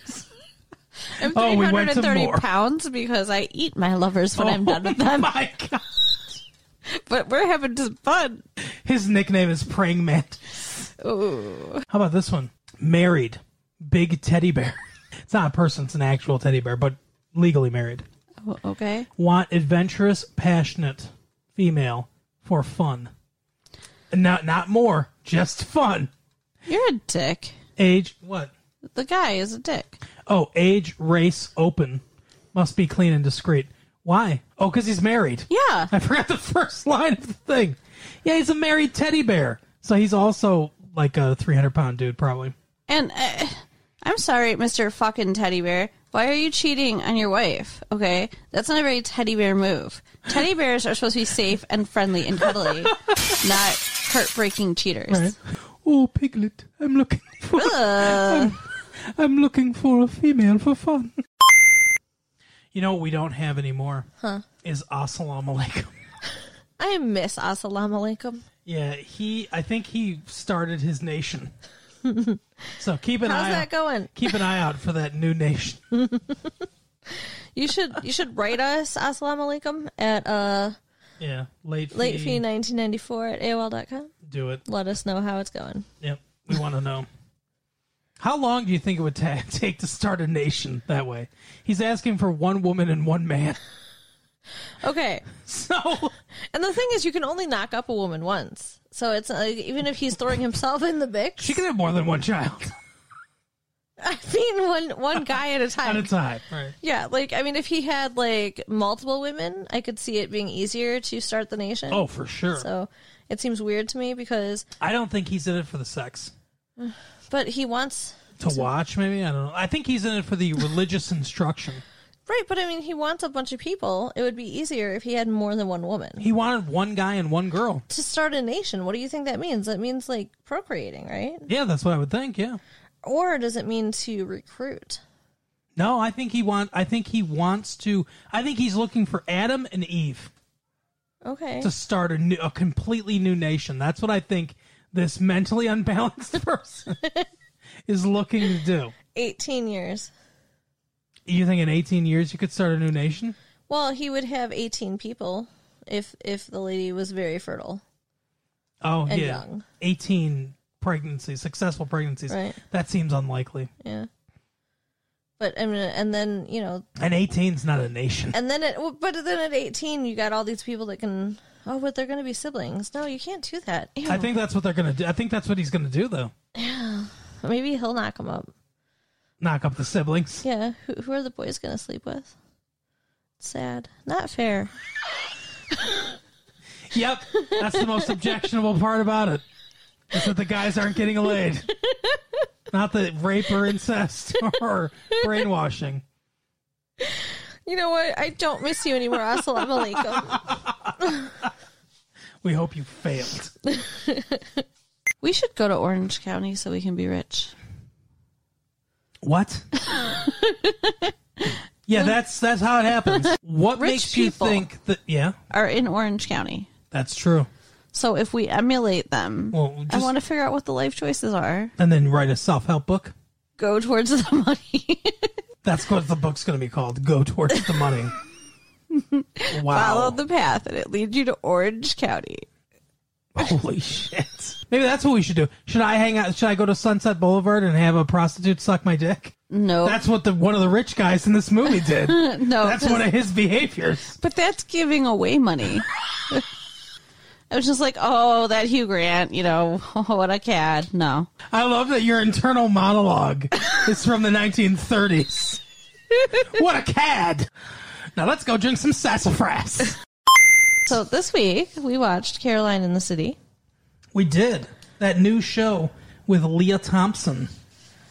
[SPEAKER 3] I'm
[SPEAKER 1] Oh, we went to
[SPEAKER 3] 330
[SPEAKER 1] more.
[SPEAKER 3] pounds because I eat my lovers when I'm
[SPEAKER 1] Oh
[SPEAKER 3] done with them.
[SPEAKER 1] my God.
[SPEAKER 3] But we're having just fun.
[SPEAKER 1] His nickname is Praying Mantis. How about this one? Married. Big teddy bear. (laughs) It's not a person, it's an actual teddy bear, but legally married.
[SPEAKER 3] Oh, okay.
[SPEAKER 1] Want adventurous, passionate female for fun. Not not more, just fun.
[SPEAKER 3] You're a dick.
[SPEAKER 1] Age what?
[SPEAKER 3] The guy is a dick.
[SPEAKER 1] Oh, age, race, open. Must be clean and discreet. Why? Oh, because he's married.
[SPEAKER 3] Yeah.
[SPEAKER 1] I forgot the first line of the thing. Yeah, he's a married teddy bear. So he's also like a 300 pound dude, probably.
[SPEAKER 3] And uh, I'm sorry, Mr. fucking teddy bear. Why are you cheating on your wife? Okay? That's not a very teddy bear move. Teddy bears are supposed to be safe and friendly and
[SPEAKER 1] (laughs)
[SPEAKER 3] cuddly, not heartbreaking cheaters.
[SPEAKER 1] Right. Oh, Piglet, I'm looking for I'm, I'm looking for a female for fun. You know what we don't have anymore? Huh? Is Assalamu alaikum.
[SPEAKER 2] I miss Assalamu alaikum.
[SPEAKER 1] Yeah, he I think he started his
[SPEAKER 2] (laughs)
[SPEAKER 1] nation. so keep an
[SPEAKER 2] How's
[SPEAKER 1] eye
[SPEAKER 2] that
[SPEAKER 1] out,
[SPEAKER 2] going?
[SPEAKER 1] keep an eye out for that new
[SPEAKER 2] (laughs)
[SPEAKER 1] nation.
[SPEAKER 2] You should you should write us Assalamu alaikum at uh
[SPEAKER 1] Yeah, late
[SPEAKER 2] late fee 1994 at AOL.com.
[SPEAKER 1] Do it.
[SPEAKER 2] Let us know how it's going.
[SPEAKER 1] Yep. We want to know. How long do you think it would ta- (laughs) take to start a nation that way? He's asking for one woman and one man. (laughs)
[SPEAKER 2] Okay.
[SPEAKER 1] So
[SPEAKER 2] And the thing is, you can only knock up a woman once. So it's uh, even if he's throwing himself in the mix,
[SPEAKER 1] she can have more than one child
[SPEAKER 2] (laughs)
[SPEAKER 1] (laughs)
[SPEAKER 2] I mean, one one guy at a
[SPEAKER 1] at
[SPEAKER 2] time.
[SPEAKER 1] a time. Right.
[SPEAKER 2] yeah, like I mean, if he had like multiple women, I could see it being easier to start the nation.
[SPEAKER 1] Oh, for sure.
[SPEAKER 2] so it seems weird to me because,
[SPEAKER 1] I don't think he's in it for the sex.
[SPEAKER 2] but he wants
[SPEAKER 1] To watch, maybe? I don't know. I think he's in it for the religious (laughs) instruction.
[SPEAKER 2] right, but I mean, he wants a bunch of people. It would be easier if he had more than one woman
[SPEAKER 1] He wanted one guy and one girl.
[SPEAKER 2] to start a nation. What do you think that means? That means like procreating, right?
[SPEAKER 1] Yeah, that's what I would think. Yeah.
[SPEAKER 2] Or does it mean to recruit?
[SPEAKER 1] No, I think he want. I think he wants to. I think he's looking for Adam and Eve.
[SPEAKER 2] Okay,
[SPEAKER 1] to start a new, a completely new nation. That's what I think this mentally (laughs) unbalanced person (laughs) is looking to do.
[SPEAKER 2] eighteen years.
[SPEAKER 1] You think in 18 years you could start a new nation?
[SPEAKER 2] Well, he would have 18 people if if the lady was very fertile.
[SPEAKER 1] Oh
[SPEAKER 2] And
[SPEAKER 1] yeah,
[SPEAKER 2] young.
[SPEAKER 1] 18 pregnancies, successful pregnancies.
[SPEAKER 2] Right.
[SPEAKER 1] That seems unlikely.
[SPEAKER 2] Yeah. But I mean, and then you know,
[SPEAKER 1] And 18's not a nation.
[SPEAKER 2] and then it. well, But then at 18, you got all these people that can. Oh, but they're going to be siblings. No, you can't do that. Ew.
[SPEAKER 1] I think that's what they're gonna do. I think that's what he's gonna do though.
[SPEAKER 2] maybe he'll knock them up.
[SPEAKER 1] Knock up the
[SPEAKER 2] (laughs)
[SPEAKER 1] siblings.
[SPEAKER 2] Yeah. Who, who are the boys going to sleep with? Sad. Not fair.
[SPEAKER 1] Yep, that's the most objectionable part about it. Is that the guys aren't getting
[SPEAKER 2] (laughs)
[SPEAKER 1] laid. Not the rape or incest (laughs) or brainwashing.
[SPEAKER 2] You know what? I don't miss you anymore. Assalamu alaikum.
[SPEAKER 1] We hope you failed.
[SPEAKER 3] We should go to Orange County so we can be rich.
[SPEAKER 1] (laughs) What? yeah, that's that's how it happens. What
[SPEAKER 3] Rich
[SPEAKER 1] makes you
[SPEAKER 3] people.
[SPEAKER 1] think that? Yeah,
[SPEAKER 3] Are in Orange County.
[SPEAKER 1] that's true.
[SPEAKER 3] So if we emulate them,
[SPEAKER 1] Well,
[SPEAKER 3] I
[SPEAKER 1] just,
[SPEAKER 3] want to figure out what the life choices are.
[SPEAKER 1] and then write a self-help book.
[SPEAKER 3] Go towards the (laughs) money.
[SPEAKER 1] That's what the book's going to be called. Go towards the money. wow.
[SPEAKER 3] (laughs) Follow the path and it leads you to Orange County.
[SPEAKER 1] Holy shit! Maybe that's what we should do. Should I hang out? Should I go to Sunset Boulevard and have a prostitute suck my dick?
[SPEAKER 3] No,
[SPEAKER 1] That's what the one of the rich guys in this movie
[SPEAKER 3] (laughs)
[SPEAKER 1] did.
[SPEAKER 3] no.
[SPEAKER 1] That's one of his behaviors.
[SPEAKER 3] But that's giving away money. I was just like, oh, that Hugh Grant,
[SPEAKER 2] (laughs)
[SPEAKER 3] you know, what a cad. No.
[SPEAKER 1] I love that your internal monologue is from the 1930s. What a cad! Now let's go drink some sassafras.
[SPEAKER 2] (laughs) So this week we watched Caroline in the City.
[SPEAKER 1] We did that new show with Leah Thompson.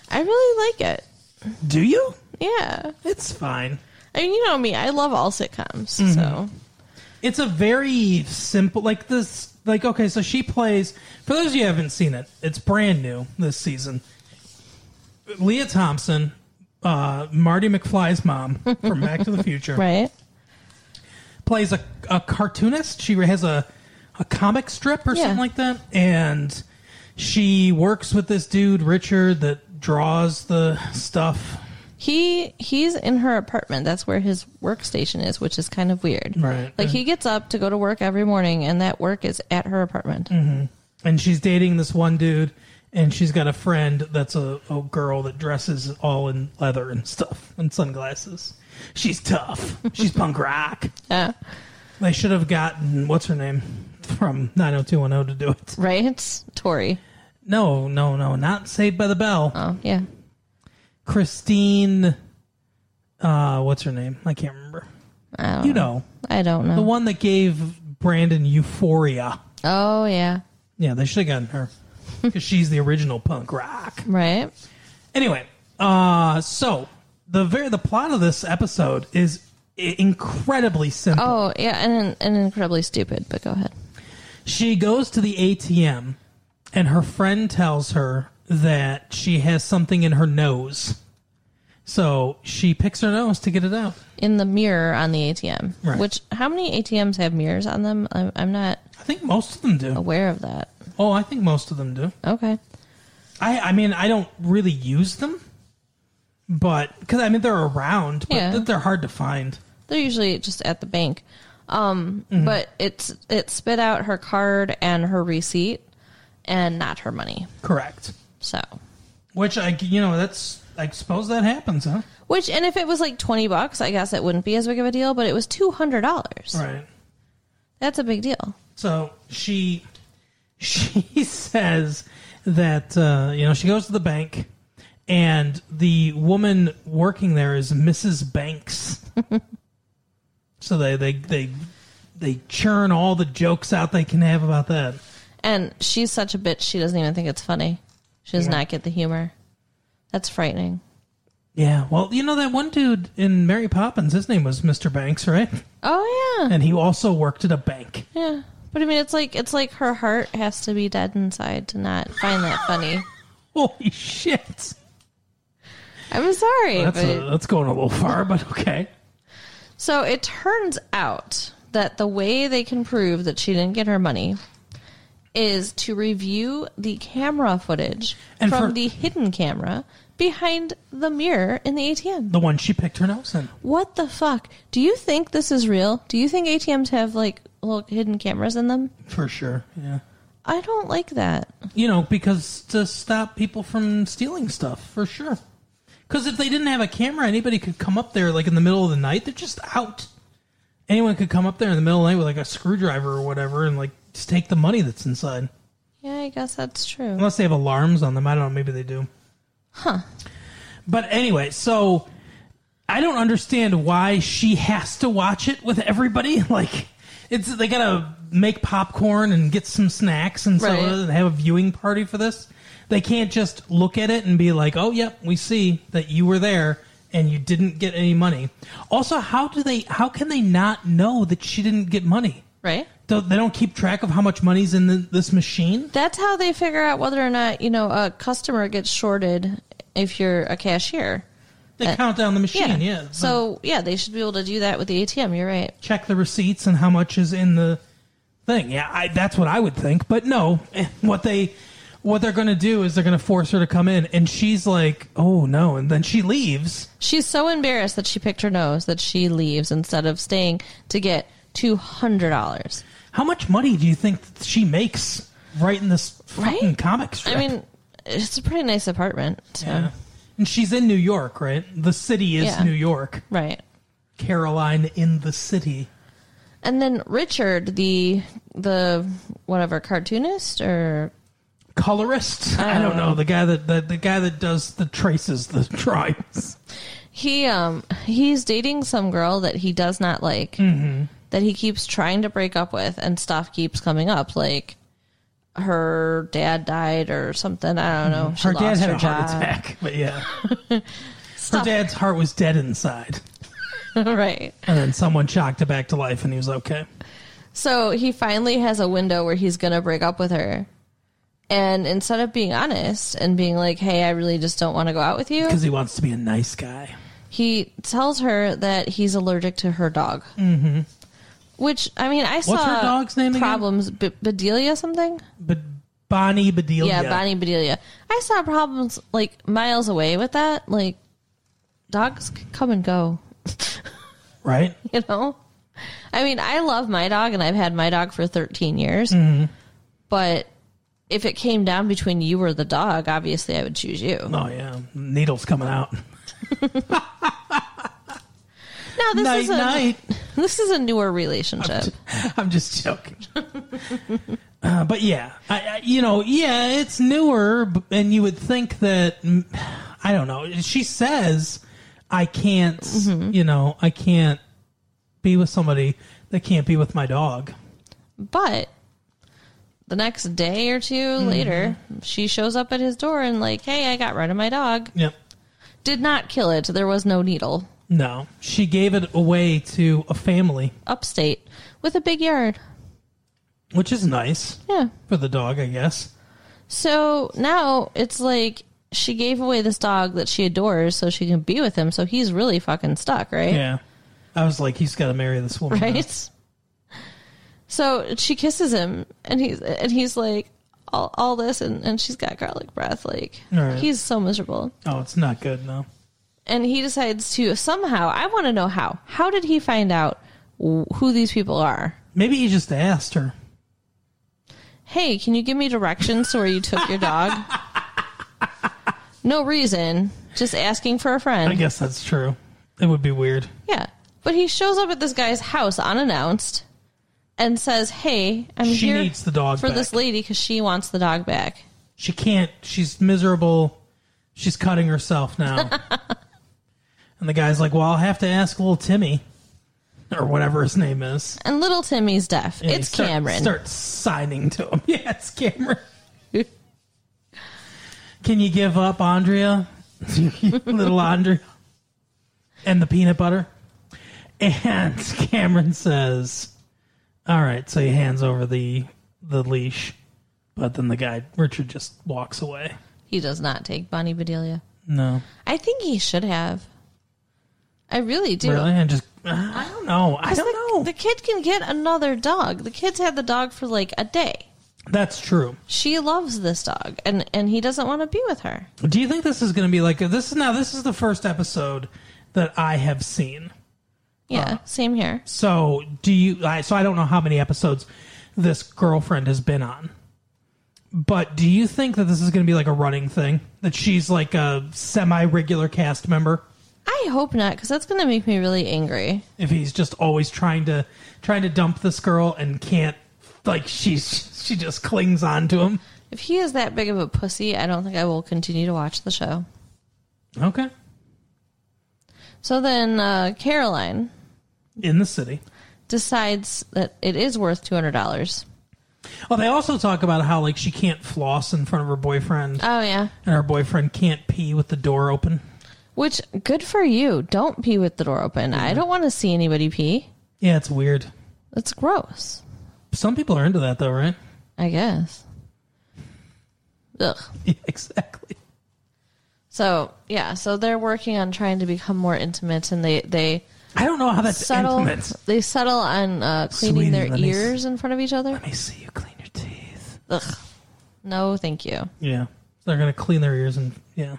[SPEAKER 2] I really like it.
[SPEAKER 1] Do you?
[SPEAKER 2] Yeah.
[SPEAKER 1] It's fine.
[SPEAKER 2] I mean, you know me. I love all sitcoms. So
[SPEAKER 1] It's a very simple, like this, like okay. So she plays. For those of you who haven't seen it, it's brand new this season. Leah Thompson, uh, Marty McFly's mom from Back to the Future,
[SPEAKER 2] right.
[SPEAKER 1] plays a, a cartoonist. She has a a comic strip or
[SPEAKER 2] Yeah.
[SPEAKER 1] something like that, and she works with this dude Richard that draws the stuff.
[SPEAKER 2] He he's in her apartment. That's where his workstation is, which is kind of weird.
[SPEAKER 1] Right.
[SPEAKER 2] Like he gets up to go to work every morning, and that work is at her apartment.
[SPEAKER 1] Mm-hmm. and she's dating this one dude and she's got a friend that's a, a girl that dresses all in leather and stuff and sunglasses she's tough she's punk rock
[SPEAKER 2] Yeah.
[SPEAKER 1] they should have gotten what's her name from 90210 to do it
[SPEAKER 2] Right. Tori.
[SPEAKER 1] no no no not saved by the bell
[SPEAKER 2] Oh yeah.
[SPEAKER 1] christine uh what's her name i can't remember
[SPEAKER 2] I don't
[SPEAKER 1] you know
[SPEAKER 2] I don't know.
[SPEAKER 1] the one that gave brandon euphoria
[SPEAKER 2] oh yeah.
[SPEAKER 1] yeah they should have gotten her because she's the original punk rock
[SPEAKER 2] Right.
[SPEAKER 1] Anyway, uh, so the very the plot of this episode is i- incredibly simple.
[SPEAKER 2] Oh yeah, and and incredibly stupid. But go ahead.
[SPEAKER 1] She goes to the ATM, and her friend tells her that she has something in her nose. So she picks her nose to get it out.
[SPEAKER 2] In the mirror on the ATM.
[SPEAKER 1] Right.
[SPEAKER 2] Which how many ATMs have mirrors on them? I'm, I'm not
[SPEAKER 1] I think most of them do.
[SPEAKER 2] aware of that.
[SPEAKER 1] Oh, I think most of them do.
[SPEAKER 2] Okay.
[SPEAKER 1] I I mean I don't really use them, but because I mean they're around, but
[SPEAKER 2] Yeah.
[SPEAKER 1] they're hard to find.
[SPEAKER 2] They're usually just at the bank. Um,
[SPEAKER 1] Mm-hmm.
[SPEAKER 2] but it's it spit out her card and her receipt, and not her money.
[SPEAKER 1] Correct.
[SPEAKER 2] So,
[SPEAKER 1] Which I you know that's I suppose that happens, huh?
[SPEAKER 2] which and if it was like twenty bucks, I guess it wouldn't be as big of a deal. But it was two hundred dollars.
[SPEAKER 1] Right.
[SPEAKER 2] That's a big deal.
[SPEAKER 1] So she (laughs) she says that uh, you know she goes to the bank, and the woman working there is Mrs. Banks. so they they they they churn all the jokes out they can have about that.
[SPEAKER 2] And she's such a bitch. She doesn't even think it's funny. She does not get the humor. That's frightening.
[SPEAKER 1] Yeah, well, you know that one dude in Mary Poppins, his name was Mr. Banks, right?
[SPEAKER 2] Oh yeah.
[SPEAKER 1] And he also worked at a bank.
[SPEAKER 2] Yeah. But I mean, it's like it's like her heart has to be dead inside to not find that funny.
[SPEAKER 1] Holy shit.
[SPEAKER 2] I'm sorry.
[SPEAKER 1] That's,
[SPEAKER 2] but-
[SPEAKER 1] a, that's going a little far, but okay.
[SPEAKER 2] so it turns out that the way they can prove that she didn't get her money is to review the camera footage
[SPEAKER 1] And
[SPEAKER 2] from
[SPEAKER 1] for-
[SPEAKER 2] the hidden camera behind the mirror in the ATM.
[SPEAKER 1] The one she picked her nose in.
[SPEAKER 2] What the fuck? Do you think this is real? Do you think ATMs have like little hidden cameras in them?
[SPEAKER 1] For sure, yeah.
[SPEAKER 2] I don't like that.
[SPEAKER 1] you know, because to stop people from stealing stuff for sure. Because if they didn't have a camera, anybody could come up there like in the middle of the night. They're just out. Anyone could come up there in the middle of the night with like a screwdriver or whatever and like just take the money that's inside.
[SPEAKER 2] Yeah, I guess that's true.
[SPEAKER 1] Unless they have alarms on them. I don't know. Maybe they do. Huh. But anyway, so I don't understand why she has to watch it with everybody. (laughs) Like, it's they gotta make popcorn and get some snacks and
[SPEAKER 2] Right.
[SPEAKER 1] so and have a viewing party for this. They can't just look at it and be like, "Oh, yep, we see that you were there and you didn't get any money." Also, how do they? How can they not know that she didn't get money?
[SPEAKER 2] Right?
[SPEAKER 1] Don't- They don't keep track of how much money's in the, this machine.
[SPEAKER 2] That's how they figure out whether or not, you know, a customer gets shorted if you're a cashier.
[SPEAKER 1] They count down the machine, yeah.
[SPEAKER 2] So, Uh, yeah, they should be able to do that with the ATM. You're right.
[SPEAKER 1] check the receipts and how much is in the thing. Yeah, I, that's what I would think. But no, Eh, what they what they're going to do is they're going to force her to come in, and she's like, "Oh no!" And then she leaves.
[SPEAKER 2] She's so embarrassed that she picked her nose that she leaves instead of staying to get $200.
[SPEAKER 1] How much money do you think that she makes writing this fucking
[SPEAKER 2] Right?
[SPEAKER 1] comic strip?
[SPEAKER 2] I mean, it's a pretty nice apartment. So.
[SPEAKER 1] yeah. and she's in New York, right? The city is
[SPEAKER 2] Yeah.
[SPEAKER 1] New York.
[SPEAKER 2] Right.
[SPEAKER 1] Caroline in the city.
[SPEAKER 2] And then Richard, the the whatever cartoonist or
[SPEAKER 1] Colorist?
[SPEAKER 2] Uh,
[SPEAKER 1] I don't know the guy that the, the guy that does the traces, the (laughs) drawings.
[SPEAKER 2] he um he's dating some girl that he does not like
[SPEAKER 1] Mm-hmm.
[SPEAKER 2] that he keeps trying to break up with and stuff keeps coming up like her dad died or something I don't know she
[SPEAKER 1] Mm-hmm. her dad
[SPEAKER 2] lost
[SPEAKER 1] had
[SPEAKER 2] her
[SPEAKER 1] a
[SPEAKER 2] job
[SPEAKER 1] heart (laughs) attack, but yeah, her
[SPEAKER 2] Stuff.
[SPEAKER 1] dad's heart was dead inside,
[SPEAKER 2] (laughs) right
[SPEAKER 1] and then someone shocked it back to life, and he was okay.
[SPEAKER 2] So he finally has a window where he's going to break up with her. And instead of being honest and being like, hey, I really just don't want to go out with you,
[SPEAKER 1] because he wants to be a nice guy.
[SPEAKER 2] he tells her that he's allergic to her dog. Mm-hmm. Which, I mean, I saw
[SPEAKER 1] her dog's name again?
[SPEAKER 2] problems. B- Bedelia something?
[SPEAKER 1] But Bonnie Bedelia,
[SPEAKER 2] Yeah, Bonnie Bedelia. I saw problems like miles away with that. Like, dogs c- come and go, (laughs)
[SPEAKER 1] right?
[SPEAKER 2] you know? I mean, I love my dog and I've had my dog for 13 years.
[SPEAKER 1] Mm-hmm.
[SPEAKER 2] But if it came down between you or the dog, obviously I would choose you.
[SPEAKER 1] Oh yeah, needles coming out.
[SPEAKER 2] No, this
[SPEAKER 1] night,
[SPEAKER 2] is a
[SPEAKER 1] night.
[SPEAKER 2] this is a newer relationship.
[SPEAKER 1] (laughs) I'm just joking. Uh, but yeah, I, I, you know, yeah, it's newer, b- and you would think that mm, I don't know. She says, "I can't," you know, "I can't be with somebody that can't be with my dog."
[SPEAKER 2] But the next day or 2
[SPEAKER 1] Mm-hmm.
[SPEAKER 2] later, she shows up at his door and like, "Hey, I got rid of my dog.
[SPEAKER 1] Yep.
[SPEAKER 2] Did not kill it. There was no needle.
[SPEAKER 1] No, she gave it away to a family,
[SPEAKER 2] Upstate with a big yard."
[SPEAKER 1] which is nice
[SPEAKER 2] Yeah.
[SPEAKER 1] for the dog, I guess.
[SPEAKER 2] So now it's like she gave away this dog that she adores so she can be with him. So he's really fucking stuck, right?
[SPEAKER 1] Yeah. I was like, he's got to marry this woman. now.
[SPEAKER 2] (laughs) right? So she kisses him, and he's and he's like all, all this, and, and she's got garlic breath. Like
[SPEAKER 1] Right.
[SPEAKER 2] he's so miserable,
[SPEAKER 1] Oh, it's not good, no.
[SPEAKER 2] and he decides to somehow. I want to know how. How did he find out wh- who these people are?
[SPEAKER 1] Maybe he just asked her.
[SPEAKER 2] Hey, can you give me directions to where you took
[SPEAKER 1] (laughs)
[SPEAKER 2] your dog? No reason, just asking for a
[SPEAKER 1] I
[SPEAKER 2] friend.
[SPEAKER 1] guess that's true. It would be weird.
[SPEAKER 2] Yeah, but he shows up at this guy's house unannounced and says, "Hey, I'm
[SPEAKER 1] She
[SPEAKER 2] here
[SPEAKER 1] needs the dog
[SPEAKER 2] for
[SPEAKER 1] back.
[SPEAKER 2] this lady because she wants the dog back."
[SPEAKER 1] She can't. She's miserable. She's cutting herself
[SPEAKER 2] (laughs)
[SPEAKER 1] now. and the guy's like, well, I'll have to ask little Timmy or whatever his name is.
[SPEAKER 2] And little Timmy's deaf.
[SPEAKER 1] And
[SPEAKER 2] it's
[SPEAKER 1] he start-
[SPEAKER 2] Cameron.
[SPEAKER 1] Starts signing to him. (laughs) Yeah, it's
[SPEAKER 2] (laughs)
[SPEAKER 1] Cameron. Can you give up Andrea? (laughs) Little Andrea. And the peanut butter. And (laughs) Cameron says, All right, so he hands over the the leash. But then the guy Richard just walks away.
[SPEAKER 2] He does not take Bonnie Bedelia.
[SPEAKER 1] No.
[SPEAKER 2] I think he should have. I really do.
[SPEAKER 1] Really? And just I don't know. I
[SPEAKER 2] 'Cause
[SPEAKER 1] don't
[SPEAKER 2] the,
[SPEAKER 1] know.
[SPEAKER 2] The kid can get another dog. The kid's had the dog for like a day.
[SPEAKER 1] That's true.
[SPEAKER 2] She loves this dog, and and he doesn't want to be with her.
[SPEAKER 1] Do you think this is going to be like this is now this is the first episode that I have seen.
[SPEAKER 2] Yeah, same here.
[SPEAKER 1] So do you? I, so I don't know how many episodes this girlfriend has been on, but do you think that this is going to be like a running thing that she's like a semi-regular cast member?
[SPEAKER 2] I hope not, because that's going to make me really angry.
[SPEAKER 1] If he's just always trying to trying to dump this girl and can't, like she's she just clings on to him.
[SPEAKER 2] If he is that big of a pussy, I don't think I will continue to watch the show.
[SPEAKER 1] Okay,
[SPEAKER 2] So then uh, Caroline
[SPEAKER 1] in the city.
[SPEAKER 2] decides that it is worth two hundred dollars.
[SPEAKER 1] Oh, they also talk about how like she can't floss in front of her boyfriend,
[SPEAKER 2] Oh yeah,
[SPEAKER 1] and her boyfriend can't pee with the door open.
[SPEAKER 2] Which good for you. Don't pee with the door open. I don't want to see anybody pee.
[SPEAKER 1] Yeah, it's weird.
[SPEAKER 2] That's gross.
[SPEAKER 1] Some people are into that though, right? (laughs)
[SPEAKER 2] I guess. Ugh.
[SPEAKER 1] Yeah, exactly.
[SPEAKER 2] So yeah, so they're working on trying to become more intimate, and they they
[SPEAKER 1] I don't know how that's
[SPEAKER 2] settle
[SPEAKER 1] intimate.
[SPEAKER 2] they settle on uh,
[SPEAKER 1] Sweetie,
[SPEAKER 2] cleaning their
[SPEAKER 1] let me s-
[SPEAKER 2] ears in front of each other.
[SPEAKER 1] Let me see you clean your teeth.
[SPEAKER 2] Ugh. No, thank you.
[SPEAKER 1] Yeah, they're gonna clean their ears and yeah,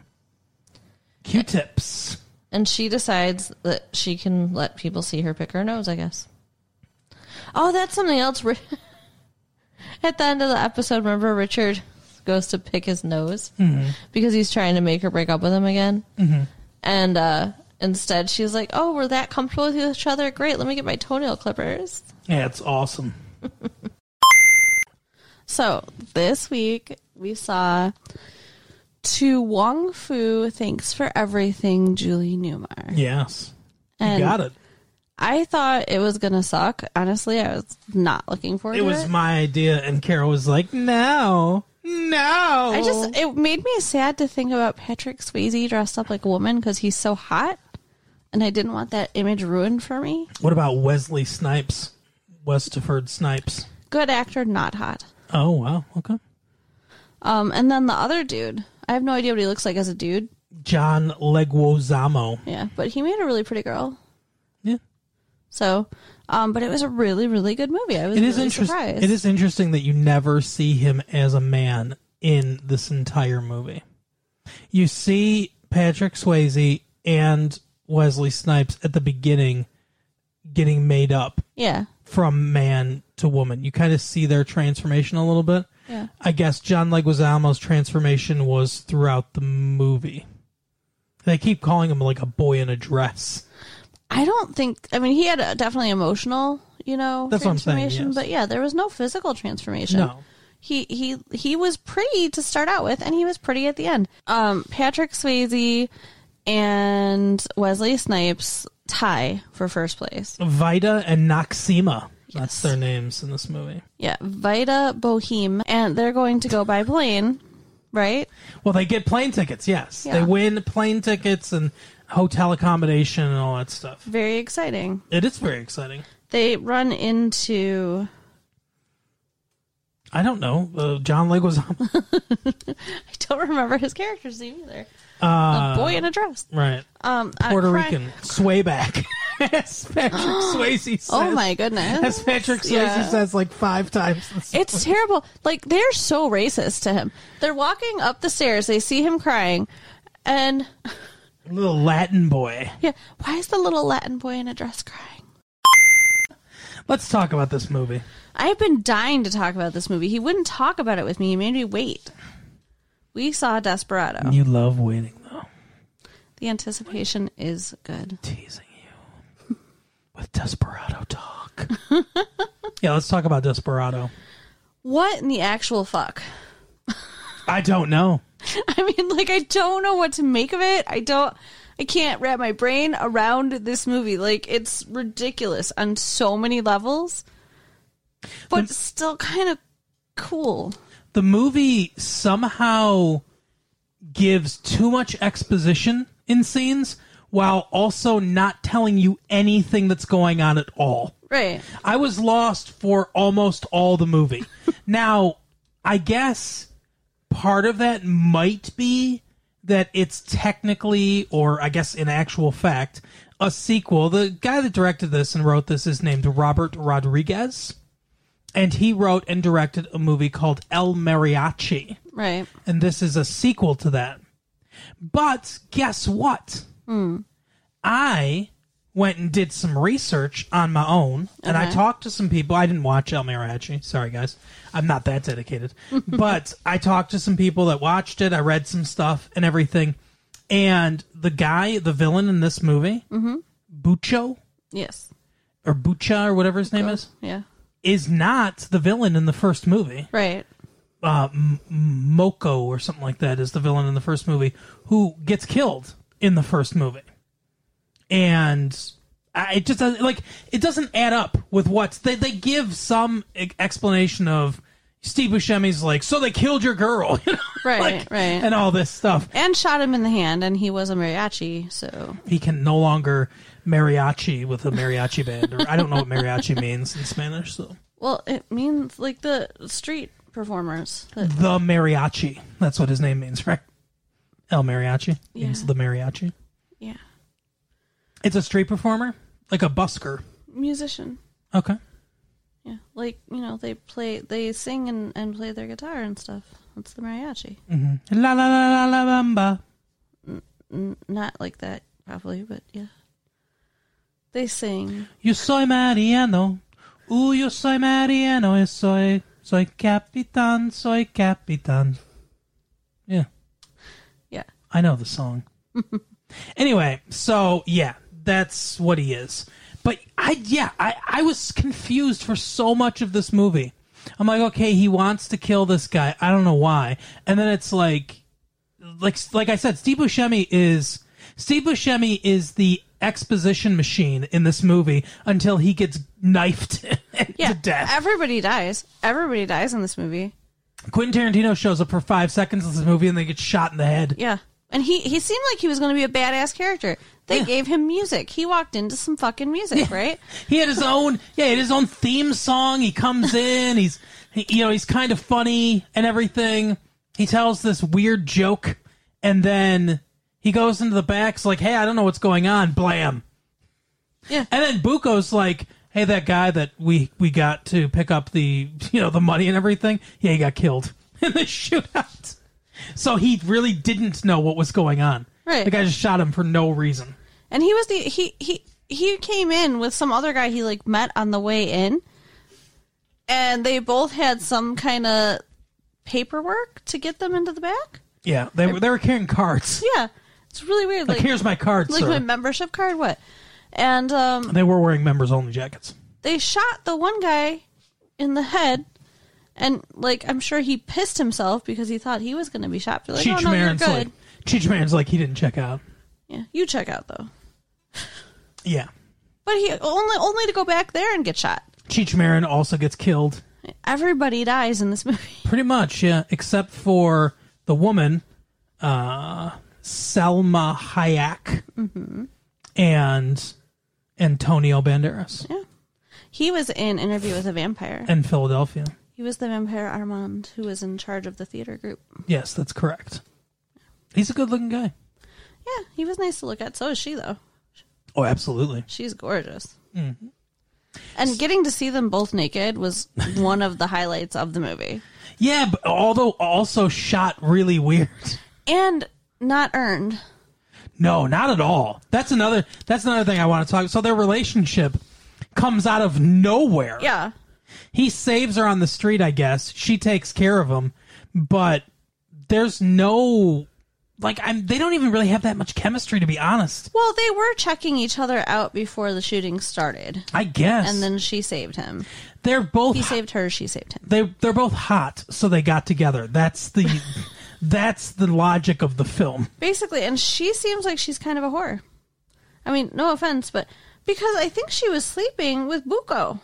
[SPEAKER 1] Q-tips.
[SPEAKER 2] And she decides that she can let people see her pick her nose. I guess. Oh, that's something else. Ri- At the end of the episode, remember Richard goes to pick his nose
[SPEAKER 1] Mm-hmm.
[SPEAKER 2] because he's trying to make her break up with him (laughs) again. And uh, instead, she's like, "Oh, we're that comfortable with each other. Great. Let me get my toenail clippers."
[SPEAKER 1] Yeah, it's awesome.
[SPEAKER 3] So this week we saw to Wong Fu. Thanks for everything, Julie Newmar.
[SPEAKER 1] Yes. You
[SPEAKER 3] And
[SPEAKER 1] got it.
[SPEAKER 3] I thought it was gonna suck. Honestly, I was not looking forward
[SPEAKER 1] It
[SPEAKER 3] to
[SPEAKER 1] was
[SPEAKER 3] it.
[SPEAKER 1] my idea, and Carol was like, no, no.
[SPEAKER 3] I just it made me sad to think about Patrick Swayze dressed up like a woman because he's so hot, and I didn't want that image ruined for me.
[SPEAKER 1] What about Wesley Snipes? Westford Snipes.
[SPEAKER 3] Good actor, not hot.
[SPEAKER 1] Oh, wow. Okay.
[SPEAKER 3] Um, and then the other dude, I have no idea what he looks like as a dude.
[SPEAKER 1] John Leguizamo.
[SPEAKER 3] Yeah, but he made a really pretty girl.
[SPEAKER 1] Yeah.
[SPEAKER 3] So, um, but it was a really, really good movie. I was
[SPEAKER 1] It is
[SPEAKER 3] really
[SPEAKER 1] interesting.
[SPEAKER 3] surprised.
[SPEAKER 1] It is interesting that you never see him as a man in this entire movie. You see Patrick Swayze and Wesley Snipes at the beginning getting made up
[SPEAKER 3] Yeah.
[SPEAKER 1] from man to woman. You kind of see their transformation a little bit.
[SPEAKER 3] Yeah.
[SPEAKER 1] I guess John Leguizamo's transformation was throughout the movie. They keep calling him like a boy in a dress.
[SPEAKER 3] I don't think. I mean, he had a definitely emotional, you know,
[SPEAKER 1] That's what I'm saying,
[SPEAKER 3] transformation.
[SPEAKER 1] yes.
[SPEAKER 3] But yeah, there was no physical transformation.
[SPEAKER 1] No.
[SPEAKER 3] He he he was pretty to start out with, and he was pretty at the end. Um, Patrick Swayze and Wesley Snipes tie for first place.
[SPEAKER 1] Vita and Noxima.
[SPEAKER 3] Yes.
[SPEAKER 1] That's their names in this movie.
[SPEAKER 3] Yeah, Vita Boheme, and they're going to go by plane, right?
[SPEAKER 1] Well, they get plane tickets, yes.
[SPEAKER 3] Yeah.
[SPEAKER 1] They win plane tickets and hotel accommodation and all that stuff.
[SPEAKER 3] Very exciting.
[SPEAKER 1] It is very exciting.
[SPEAKER 3] They run into (laughs)
[SPEAKER 1] I don't know. Uh, John
[SPEAKER 3] (laughs)
[SPEAKER 1] Leguizamo.
[SPEAKER 3] I don't remember his character's name either.
[SPEAKER 1] Uh,
[SPEAKER 3] a boy in a dress.
[SPEAKER 1] right.
[SPEAKER 3] Um, a
[SPEAKER 1] Puerto
[SPEAKER 3] cry-
[SPEAKER 1] Rican. Swayback. (laughs) As Patrick
[SPEAKER 3] (gasps)
[SPEAKER 1] Swayze says.
[SPEAKER 3] Oh my
[SPEAKER 1] (laughs)
[SPEAKER 3] goodness.
[SPEAKER 1] As Patrick Swayze
[SPEAKER 3] Yeah.
[SPEAKER 1] says like five times. This.
[SPEAKER 3] It's terrible. Like they're so racist to him. They're walking up the stairs. They see him crying, and
[SPEAKER 1] Little Latin boy.
[SPEAKER 3] yeah, why is the little Latin boy in a dress crying?
[SPEAKER 1] Let's talk about this movie.
[SPEAKER 3] I've been dying to talk about this movie. He wouldn't talk about it with me. He made me wait. We saw Desperado.
[SPEAKER 1] You love waiting though.
[SPEAKER 3] The anticipation is good.
[SPEAKER 1] Teasing you with Desperado
[SPEAKER 3] (laughs)
[SPEAKER 1] talk. yeah, let's talk about Desperado.
[SPEAKER 3] What in the actual fuck?
[SPEAKER 1] I don't know.
[SPEAKER 3] (laughs) I mean, like, I don't know what to make of it. I don't, I can't wrap my brain around this movie. Like, it's ridiculous on so many levels, but still kind of cool.
[SPEAKER 1] the movie somehow gives too much exposition in scenes while also not telling you anything that's going on at all.
[SPEAKER 3] Right.
[SPEAKER 1] I was lost for almost all the movie. now, I guess part of that might be that it's technically, or I guess in actual fact, a sequel. The guy that directed this and wrote this is named Robert Rodriguez. And he wrote and directed a movie called El Mariachi
[SPEAKER 3] Right.
[SPEAKER 1] and this is a sequel to that. But guess what? I went and did some research on my own, and I talked to some people. I didn't watch El Mariachi. Sorry, guys. I'm not that dedicated. but I talked to some people that watched it. I read some stuff and everything. And the guy, the villain in this movie, Bucho
[SPEAKER 3] Yes.
[SPEAKER 1] or Bucha or whatever his name is,
[SPEAKER 3] Yeah.
[SPEAKER 1] is not the villain in the first movie.
[SPEAKER 3] Right.
[SPEAKER 1] uh, M- M- Moko or something like that is the villain in the first movie who gets killed in the first movie, and I, it just doesn't like it doesn't add up with what they they give some e- explanation of. Steve Buscemi's like, so they killed your girl, (laughs) you know,
[SPEAKER 3] Right.
[SPEAKER 1] like,
[SPEAKER 3] right. And,
[SPEAKER 1] and all this stuff.
[SPEAKER 3] shot him in the hand, and he was a mariachi, so.
[SPEAKER 1] He can no longer mariachi with a mariachi band, or I don't know what mariachi means in Spanish. So
[SPEAKER 3] Well, it means like the street performers. that-
[SPEAKER 1] the mariachi, that's what his name means, right? El mariachi means
[SPEAKER 3] Yeah.
[SPEAKER 1] the mariachi.
[SPEAKER 3] yeah.
[SPEAKER 1] It's a street performer, like a busker.
[SPEAKER 3] Musician.
[SPEAKER 1] Okay.
[SPEAKER 3] Yeah, like you know, they play, they sing and, and play their guitar and stuff. That's the mariachi.
[SPEAKER 1] La la la la la bamba.
[SPEAKER 3] N- not like that, probably, but yeah. They sing.
[SPEAKER 1] Yo soy Mariano, Uh, yo soy Mariano, yo soy, soy capitán, soy capitán. Yeah.
[SPEAKER 3] Yeah.
[SPEAKER 1] I know the
[SPEAKER 3] (laughs)
[SPEAKER 1] song. anyway, so yeah, that's what he is. But I yeah, I, I was confused for so much of this movie. I'm like, okay, he wants to kill this guy. I don't know why. And then it's like like like I said, Steve Buscemi is Steve Buscemi is the exposition machine in this movie until he gets knifed (laughs)
[SPEAKER 3] Yeah.
[SPEAKER 1] to death.
[SPEAKER 3] Everybody dies. Everybody dies in this movie.
[SPEAKER 1] Quentin Tarantino shows up for five seconds in this movie and they get shot in the head.
[SPEAKER 3] Yeah. And he, he seemed like he was going to be a badass character. They
[SPEAKER 1] Yeah.
[SPEAKER 3] gave him music. He walked into some fucking music, right?
[SPEAKER 1] He had his own, yeah, he had his own theme song. He
[SPEAKER 3] (laughs)
[SPEAKER 1] comes in, he's, he, you know, he's kind of funny and everything. He tells this weird joke, and then he goes into the back. It's like, hey, I don't know what's going on. Blam.
[SPEAKER 3] Yeah.
[SPEAKER 1] And then Buko's like, hey, that guy that we we got to pick up the you know the money and everything, yeah, he got killed (laughs) in the shootout. So he really didn't know what was going on.
[SPEAKER 3] Right.
[SPEAKER 1] The guy just shot him for no reason.
[SPEAKER 3] And he was the he he he came in with some other guy he like met on the way in, and they both had some kind of paperwork to get them into the back.
[SPEAKER 1] Yeah, they were they were carrying cards.
[SPEAKER 3] Yeah, it's really weird.
[SPEAKER 1] Like,
[SPEAKER 3] Like
[SPEAKER 1] here's my card,
[SPEAKER 3] like
[SPEAKER 1] sir.
[SPEAKER 3] my membership card, what? And um,
[SPEAKER 1] They were wearing members only jackets.
[SPEAKER 3] they shot the one guy in the head. And like I'm sure he pissed himself because he thought he was going to be shot. But like,
[SPEAKER 1] Cheech
[SPEAKER 3] oh no, you're
[SPEAKER 1] Marin's
[SPEAKER 3] good.
[SPEAKER 1] like Cheech Marin's like he didn't check out.
[SPEAKER 3] Yeah, you check out though.
[SPEAKER 1] Yeah,
[SPEAKER 3] But he only only to go back there and get shot.
[SPEAKER 1] Cheech Marin also gets killed.
[SPEAKER 3] Everybody dies in this (laughs) movie.
[SPEAKER 1] Pretty much, yeah, except for the woman, uh, Selma Hayek,
[SPEAKER 3] Mm-hmm.
[SPEAKER 1] and Antonio Banderas
[SPEAKER 3] He was in Interview with a Vampire.
[SPEAKER 1] in Philadelphia.
[SPEAKER 3] He was the vampire Armand who was in charge of the theater group.
[SPEAKER 1] Yes, that's correct. He's a good-looking guy.
[SPEAKER 3] Yeah, he was nice to look at. So is she, though.
[SPEAKER 1] Oh, absolutely.
[SPEAKER 3] She's gorgeous. And getting to see them both naked was one of the highlights of the movie.
[SPEAKER 1] Yeah, but although also shot really weird. (laughs)
[SPEAKER 3] And not earned.
[SPEAKER 1] No, not at all. That's another. That's another thing I want to talk. So their relationship comes out of nowhere.
[SPEAKER 3] Yeah.
[SPEAKER 1] he saves her on the street. I guess she takes care of him, but there's no like I'm. They don't even really have that much chemistry, to be honest.
[SPEAKER 3] Well, they were checking each other out before the shooting started.
[SPEAKER 1] I guess.
[SPEAKER 3] And then she saved him.
[SPEAKER 1] they're both
[SPEAKER 3] He saved her, she saved him.
[SPEAKER 1] they they're both hot, so they got together. That's the
[SPEAKER 3] (laughs)
[SPEAKER 1] that's the logic of the film.
[SPEAKER 3] Basically, and she seems like she's kind of a whore. I mean, no offense, but because I think she was sleeping with Buko.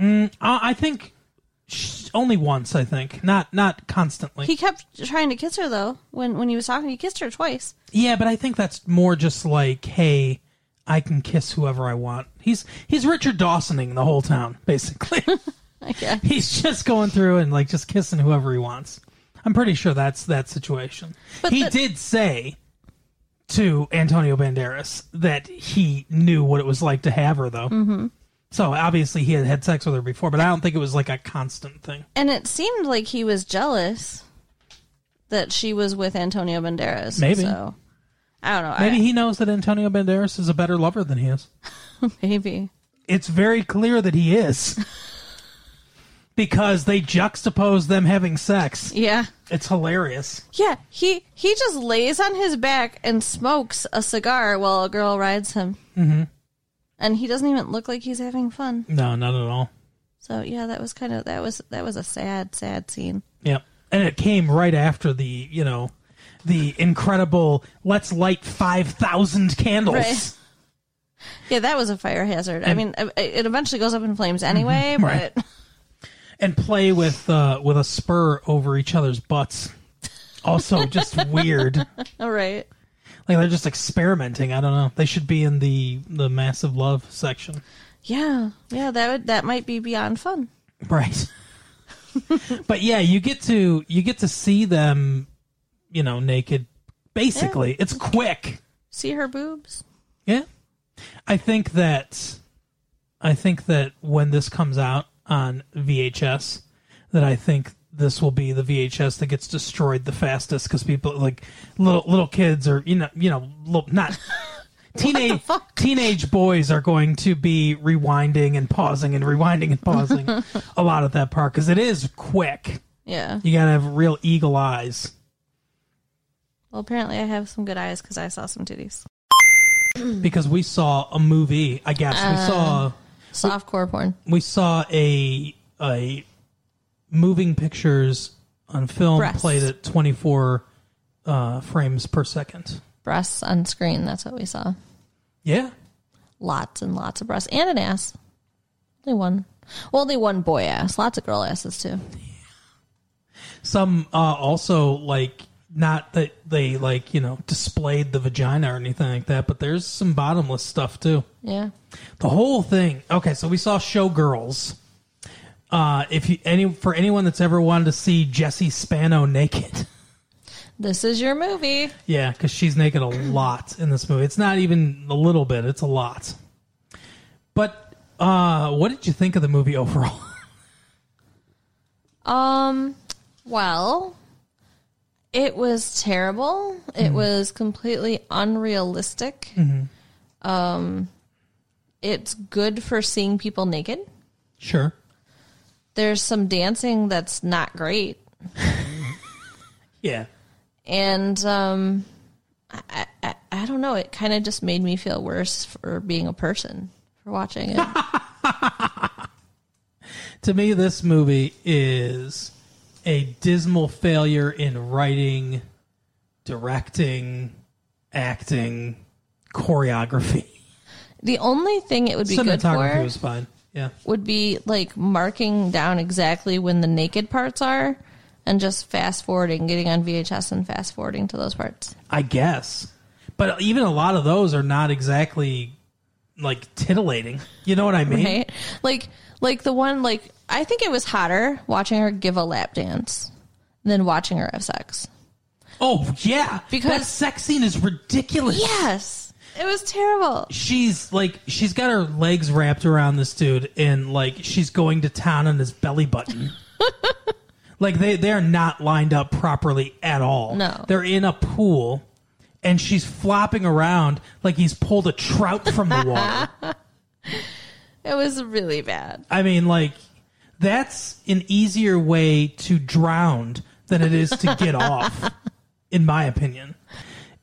[SPEAKER 1] Uh, I think sh- only once. I think not not constantly.
[SPEAKER 3] He kept trying to kiss her though. When when he was talking, he kissed her twice.
[SPEAKER 1] Yeah, but I think that's more just like, hey, I can kiss whoever I want. He's he's Richard Dawsoning the whole town, (laughs) basically.
[SPEAKER 3] (laughs) I guess.
[SPEAKER 1] he's just going through and like just kissing whoever he wants. I'm pretty sure that's that situation.
[SPEAKER 3] But
[SPEAKER 1] he
[SPEAKER 3] the-
[SPEAKER 1] did say to Antonio Banderas that he knew what it was like to have her, though. Mm-hmm. So obviously he had had sex with her before, but I don't think it was like a constant thing.
[SPEAKER 3] And it seemed like he was jealous that she was with Antonio Banderas.
[SPEAKER 1] Maybe.
[SPEAKER 3] So I don't know.
[SPEAKER 1] Maybe
[SPEAKER 3] I,
[SPEAKER 1] he knows that Antonio Banderas is a better lover than he is.
[SPEAKER 3] maybe.
[SPEAKER 1] it's very clear that he (laughs) is because they juxtapose them having sex.
[SPEAKER 3] Yeah.
[SPEAKER 1] It's hilarious.
[SPEAKER 3] Yeah. He he just lays on his back and smokes a cigar while a girl rides him. Mm-hmm. And he doesn't even look like he's having fun.
[SPEAKER 1] No, not at all.
[SPEAKER 3] So yeah, that was kind of that was that was a sad sad scene.
[SPEAKER 1] Yep. And it came right after the, you know, the incredible let's light 5,000 candles.
[SPEAKER 3] Right. Yeah, that was a fire hazard. I mean, it- it eventually goes up in flames anyway,
[SPEAKER 1] Mm-hmm. (laughs) right.
[SPEAKER 3] but (laughs)
[SPEAKER 1] and play with uh, with a spur over each other's butts. Also, (laughs) just weird. Like
[SPEAKER 3] all right.
[SPEAKER 1] they're just experimenting. I don't know. They should be in the the massive love section.
[SPEAKER 3] Yeah, yeah, that would that might be beyond fun.
[SPEAKER 1] Right. but yeah, you get to you get to see them, you know, naked. Basically, it's quick.
[SPEAKER 3] See her boobs. (laughs)
[SPEAKER 1] Yeah. I think that I think that when this comes out on VHS, that I think this will be the VHS that gets destroyed the fastest because people like little little kids or you know you know little, not (laughs) teenage teenage boys are going to be rewinding and pausing and rewinding and pausing a lot of that part because it is quick.
[SPEAKER 2] Yeah.
[SPEAKER 1] You gotta have real eagle eyes.
[SPEAKER 2] Well, apparently I have some good eyes because I saw some titties.
[SPEAKER 1] Because we saw a movie, I guess we saw
[SPEAKER 2] Softcore porn.
[SPEAKER 1] we saw a a moving pictures on film
[SPEAKER 2] Breasts.
[SPEAKER 1] played at twenty four uh, frames per second.
[SPEAKER 2] Breasts on screen. That's what we saw.
[SPEAKER 1] Yeah,
[SPEAKER 2] Lots and lots of breasts and an ass. Only one. Well, only one boy ass. Lots of girl asses too.
[SPEAKER 1] some uh, also like not that they like you know displayed the vagina or anything like that, but there's some bottomless stuff too.
[SPEAKER 2] Yeah.
[SPEAKER 1] The whole thing. Okay, so we saw Showgirls. Uh, if you any for anyone that's ever wanted to see Jesse Spano naked,
[SPEAKER 2] This is your movie.
[SPEAKER 1] yeah, because she's naked a lot in this movie. It's not even a little bit; it's a lot. But uh, what did you think of the movie overall? (laughs)
[SPEAKER 2] Um, well, it was terrible. It was completely unrealistic. Um, it's good for seeing people naked.
[SPEAKER 1] sure,
[SPEAKER 2] There's some dancing that's not great,
[SPEAKER 1] yeah,
[SPEAKER 2] and um, I, I, I don't know. It kind of just made me feel worse for being a person for watching it.
[SPEAKER 1] to me, this movie is a dismal failure in writing, directing, acting, choreography.
[SPEAKER 2] the only thing it would be good
[SPEAKER 1] Cinematography
[SPEAKER 2] for
[SPEAKER 1] was fine. Yeah.
[SPEAKER 2] would be like marking down exactly when the naked parts are and just fast forwarding, getting on VHS and fast forwarding to those parts.
[SPEAKER 1] I guess. But even a lot of those are not exactly like titillating. You know what I mean?
[SPEAKER 2] Right? Like like the one like I think it was hotter watching her give a lap dance than watching her have sex.
[SPEAKER 1] Oh yeah.
[SPEAKER 2] Because-
[SPEAKER 1] that sex scene is ridiculous.
[SPEAKER 2] Yes. It was terrible.
[SPEAKER 1] She's like she's got her legs wrapped around this dude and like she's going to town on his belly
[SPEAKER 2] (laughs)
[SPEAKER 1] button. like they they're not lined up properly at all.
[SPEAKER 2] No.
[SPEAKER 1] They're in a pool and she's flopping around like he's pulled a trout from the water.
[SPEAKER 2] It was really bad.
[SPEAKER 1] I mean, like, that's an easier way to drown than it is to
[SPEAKER 2] (laughs)
[SPEAKER 1] get off, in my opinion.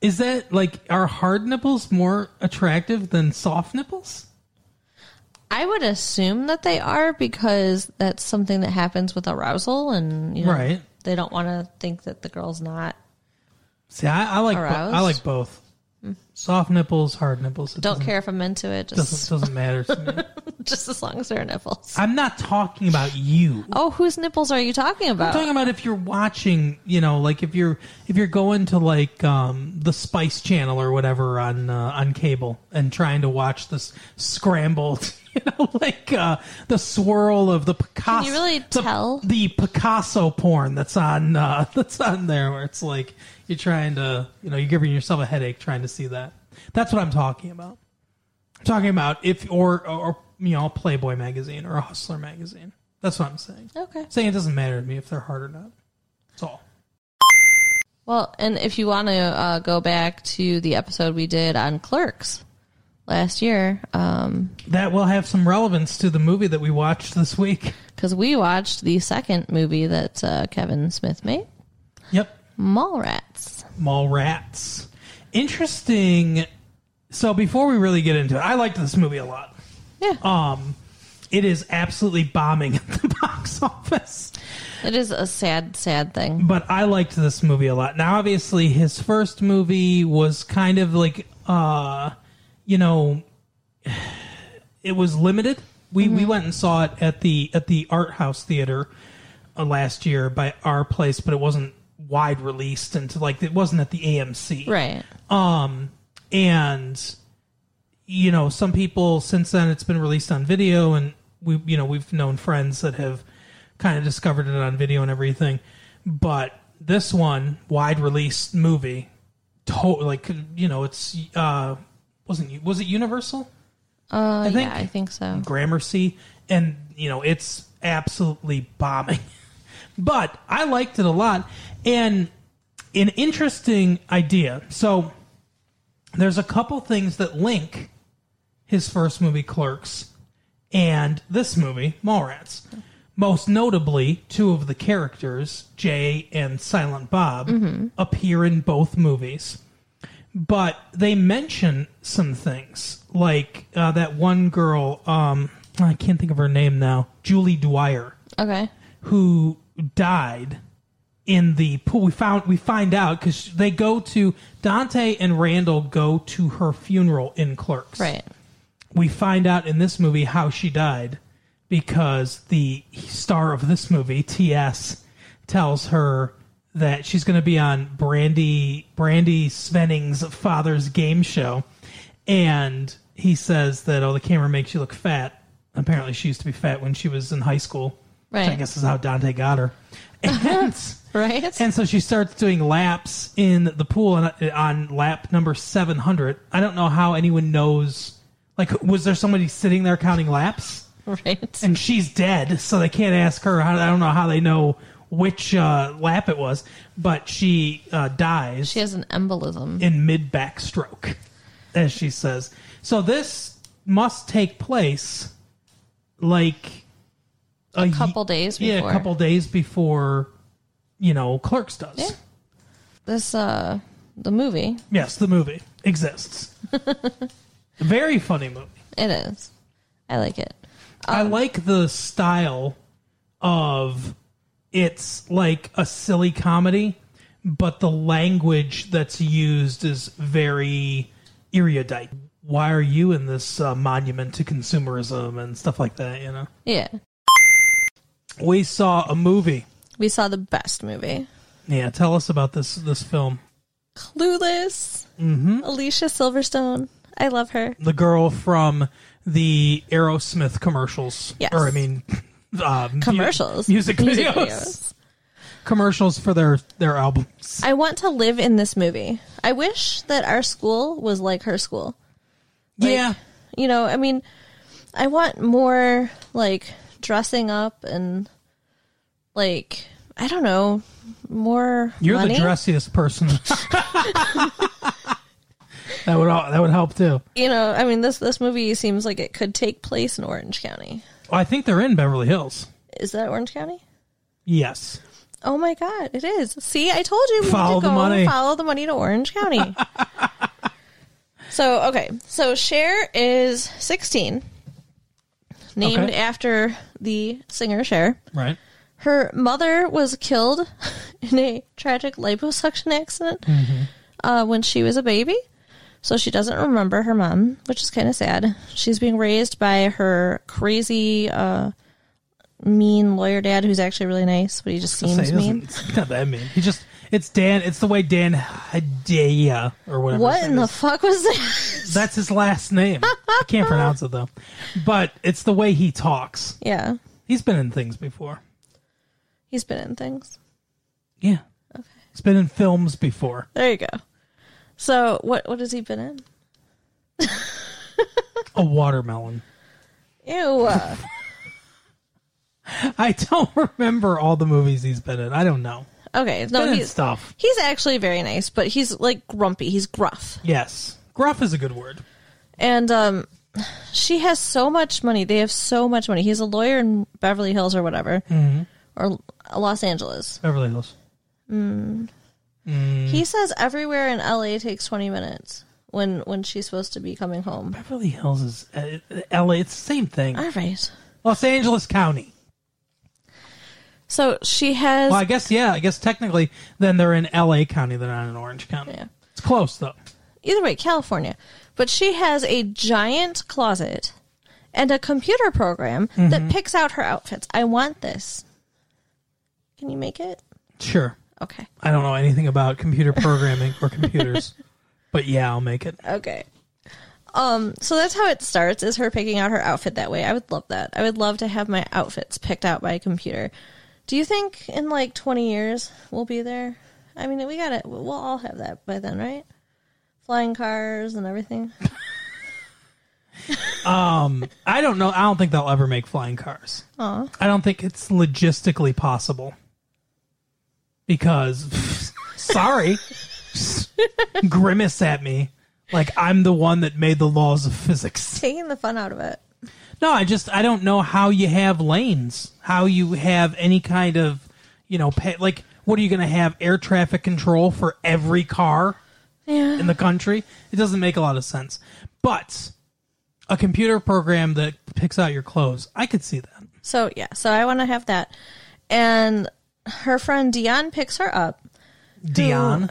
[SPEAKER 1] Is that, like, are hard nipples more attractive than soft nipples?
[SPEAKER 2] I would assume that they are because that's something that happens with arousal and you know
[SPEAKER 1] Right.
[SPEAKER 2] they don't want to think that the girl's not
[SPEAKER 1] See, I, I like bo-
[SPEAKER 2] Aroused? Hmm.
[SPEAKER 1] I like both. Soft nipples, hard nipples. It
[SPEAKER 2] don't
[SPEAKER 1] doesn't-
[SPEAKER 2] care if I'm into it. Just
[SPEAKER 1] Doesn't, doesn't matter to me.
[SPEAKER 2] (laughs) just as long as they're nipples.
[SPEAKER 1] I'm not talking about you.
[SPEAKER 2] Oh, whose nipples are you talking about?
[SPEAKER 1] I'm talking about if you're watching, you know, like if you're if you're going to like um, the Spice Channel or whatever on uh, on cable and trying to watch this scrambled, (laughs) you know, like uh, the swirl of the Picasso.
[SPEAKER 2] you really
[SPEAKER 1] the,
[SPEAKER 2] tell?
[SPEAKER 1] the Picasso porn that's on uh, (laughs) that's on there, where it's like you're trying to, you know, you're giving yourself a headache trying to see that. That's what I'm talking about. I'm talking about if or or you know, a Playboy magazine or a Hustler magazine. That's what I'm saying
[SPEAKER 2] okay.
[SPEAKER 1] saying it doesn't matter to me if they're hard or not. That's all.
[SPEAKER 2] Well, and if you want to uh, go back to the episode we did on Clerks last year, um, because
[SPEAKER 1] That will have some relevance to the movie that we watched this week.
[SPEAKER 2] we watched the second movie that uh, Kevin Smith made,
[SPEAKER 1] Yep.
[SPEAKER 2] Mallrats.
[SPEAKER 1] Mall rats. Interesting. So before we really get into it, I liked this movie a lot.
[SPEAKER 2] Yeah,
[SPEAKER 1] It is absolutely bombing (laughs) at the box office.
[SPEAKER 2] it is a sad, sad thing.
[SPEAKER 1] But I liked this movie a lot. Now obviously his first movie was kind of like uh you know (sighs) it was limited. We we went and saw it at the at the art house theater uh, last year by our place, but it wasn't wide released into like it wasn't at the AMC.
[SPEAKER 2] Right.
[SPEAKER 1] Um, And you know, some people since then it's been released on video and we you know, we've known friends that have kind of discovered it on video and everything. But this one, wide release movie, to- like you know, it's uh wasn't was it Universal?
[SPEAKER 2] Uh,
[SPEAKER 1] think- Mm.
[SPEAKER 2] yeah, I think so.
[SPEAKER 1] Gramercy, and you know it's absolutely bombing. (laughs) but I liked it a lot, and an interesting idea. So there's a couple things that link his first movie, Clerks, and this movie, Mallrats. Most notably, two of the characters, Jay and Silent Bob, appear in both movies. But they mention some things, like uh, that one girl, um, I can't think of her name now, Julie Dwyer
[SPEAKER 2] Okay.
[SPEAKER 1] who died in the pool. We found we find out because they go to Dante and Randall go to her funeral in Clerks.
[SPEAKER 2] Right.
[SPEAKER 1] We find out in this movie how she died because the star of this movie, T.S., tells her that she's going to be on Brandy Brandy Svenning's father's game show, and he says that oh the camera makes you look fat. Apparently, she used to be fat when she was in high school. which I
[SPEAKER 2] Right.
[SPEAKER 1] guess is how Dante got her. (laughs) And
[SPEAKER 2] Right.
[SPEAKER 1] and so she starts doing laps in the pool and uh, on lap number 700. I don't know how anyone knows. Like, was there somebody sitting there counting laps?
[SPEAKER 2] (laughs) right.
[SPEAKER 1] And she's dead, so they can't ask her. How, I don't know how they know which uh, lap it was, but she uh, dies
[SPEAKER 2] she has an embolism.
[SPEAKER 1] in mid backstroke, as she says. So this must take place like a, ye-
[SPEAKER 2] couple days
[SPEAKER 1] Yeah,
[SPEAKER 2] before.
[SPEAKER 1] a couple days before, you know, Clerks does.
[SPEAKER 2] Yeah. this uh the movie.
[SPEAKER 1] Yes, the movie exists. (laughs) Very funny movie.
[SPEAKER 2] It is. I like it.
[SPEAKER 1] I like the style of it's like a silly comedy, but the language that's used is very erudite. Why are you in this uh, monument to consumerism and stuff like that? You know,
[SPEAKER 2] Yeah.
[SPEAKER 1] we saw a movie.
[SPEAKER 2] We saw the best movie.
[SPEAKER 1] Yeah, tell us about this this film.
[SPEAKER 2] Clueless. Mm-hmm. Alicia Silverstone. I love her.
[SPEAKER 1] The girl from the Aerosmith commercials,
[SPEAKER 2] Yes.
[SPEAKER 1] or I mean, uh, mu-
[SPEAKER 2] Commercials.
[SPEAKER 1] music, videos, commercials for their their albums.
[SPEAKER 2] I want to live in this movie. I wish that our school was like her school. Like,
[SPEAKER 1] yeah,
[SPEAKER 2] You know, I mean, I want more like dressing up and like I don't know, more
[SPEAKER 1] You're
[SPEAKER 2] money.
[SPEAKER 1] the dressiest
[SPEAKER 2] (laughs)
[SPEAKER 1] person. (laughs) that would all, that would help too.
[SPEAKER 2] You know, I mean this this movie seems like it could take place in Orange County.
[SPEAKER 1] Oh, I think they're in Beverly Hills.
[SPEAKER 2] Is that Orange County?
[SPEAKER 1] Yes,
[SPEAKER 2] Oh my God, it is. See, I told you we need
[SPEAKER 1] Follow
[SPEAKER 2] to
[SPEAKER 1] the
[SPEAKER 2] go
[SPEAKER 1] money.
[SPEAKER 2] follow the money to
[SPEAKER 1] (laughs)
[SPEAKER 2] Orange County. so, okay. So, Cher is 16, named
[SPEAKER 1] Okay.
[SPEAKER 2] after the singer Cher.
[SPEAKER 1] right.
[SPEAKER 2] Her mother was killed (laughs) in a tragic liposuction accident
[SPEAKER 1] Mm-hmm.
[SPEAKER 2] uh, when she was a baby. So she doesn't remember her mom, which is kind of sad. She's being raised by her crazy, uh, mean lawyer dad, who's actually really nice, but he just
[SPEAKER 1] Say,
[SPEAKER 2] seems
[SPEAKER 1] it doesn't-
[SPEAKER 2] mean.
[SPEAKER 1] It's not that mean. He just it's Dan. It's the way Dan Hedaya or whatever.
[SPEAKER 2] What
[SPEAKER 1] his
[SPEAKER 2] in
[SPEAKER 1] name
[SPEAKER 2] the
[SPEAKER 1] is.
[SPEAKER 2] fuck was that? (laughs)
[SPEAKER 1] That's his last name. I can't pronounce it though. But it's the way he talks.
[SPEAKER 2] yeah,
[SPEAKER 1] He's been in things before.
[SPEAKER 2] he's been in things.
[SPEAKER 1] Yeah. Okay. He's been in films before.
[SPEAKER 2] There you go. So what what has he been in?
[SPEAKER 1] A watermelon.
[SPEAKER 2] Ew.
[SPEAKER 1] (laughs) I don't remember all the movies he's been in. I don't know.
[SPEAKER 2] okay, no,
[SPEAKER 1] Been in
[SPEAKER 2] he's
[SPEAKER 1] stuff.
[SPEAKER 2] he's actually very nice, but he's like grumpy. He's gruff,
[SPEAKER 1] Yes. Gruff is a good word.
[SPEAKER 2] and um, she has so much money. They have so much money. He's a lawyer in Beverly Hills or whatever,
[SPEAKER 1] Mm-hmm.
[SPEAKER 2] or Los Angeles.
[SPEAKER 1] Beverly Hills. Mm-hmm.
[SPEAKER 2] He says everywhere in LA takes twenty minutes when when she's supposed to be coming home.
[SPEAKER 1] Beverly Hills is uh, LA. It's the same thing.
[SPEAKER 2] All right.
[SPEAKER 1] Los Angeles County.
[SPEAKER 2] So she has.
[SPEAKER 1] Well, I guess, yeah, I guess technically then they're in LA County. They're not in Orange County.
[SPEAKER 2] Yeah.
[SPEAKER 1] It's close, though.
[SPEAKER 2] either way, California. But she has a giant closet and a computer program that picks out her outfits. I want this. Can you make it?
[SPEAKER 1] Sure.
[SPEAKER 2] Okay.
[SPEAKER 1] I don't know anything about computer programming or computers, but yeah, I'll make it.
[SPEAKER 2] Okay. Um, so that's how it starts is her picking out her outfit that way. I would love that. I would love to have my outfits picked out by a computer. Do you think in like 20 years we'll be there? I mean, we got to we'll all have that by then, right? Flying cars and everything. (laughs)
[SPEAKER 1] I don't know. I don't think they'll ever make flying cars. I don't think it's logistically possible. (laughs) Because, sorry, grimace at me Like I'm the one that made the laws of physics.
[SPEAKER 2] Taking the fun out of it.
[SPEAKER 1] No, I just I don't know how you have lanes, how you have any kind of, you know, pa like what are you going to have air traffic control for every car
[SPEAKER 2] Yeah.
[SPEAKER 1] in the country? It doesn't make a lot of sense. But a computer program that picks out your clothes, I could see that.
[SPEAKER 2] So yeah, so I want to have that. And her friend Dion picks her up.
[SPEAKER 1] Dion,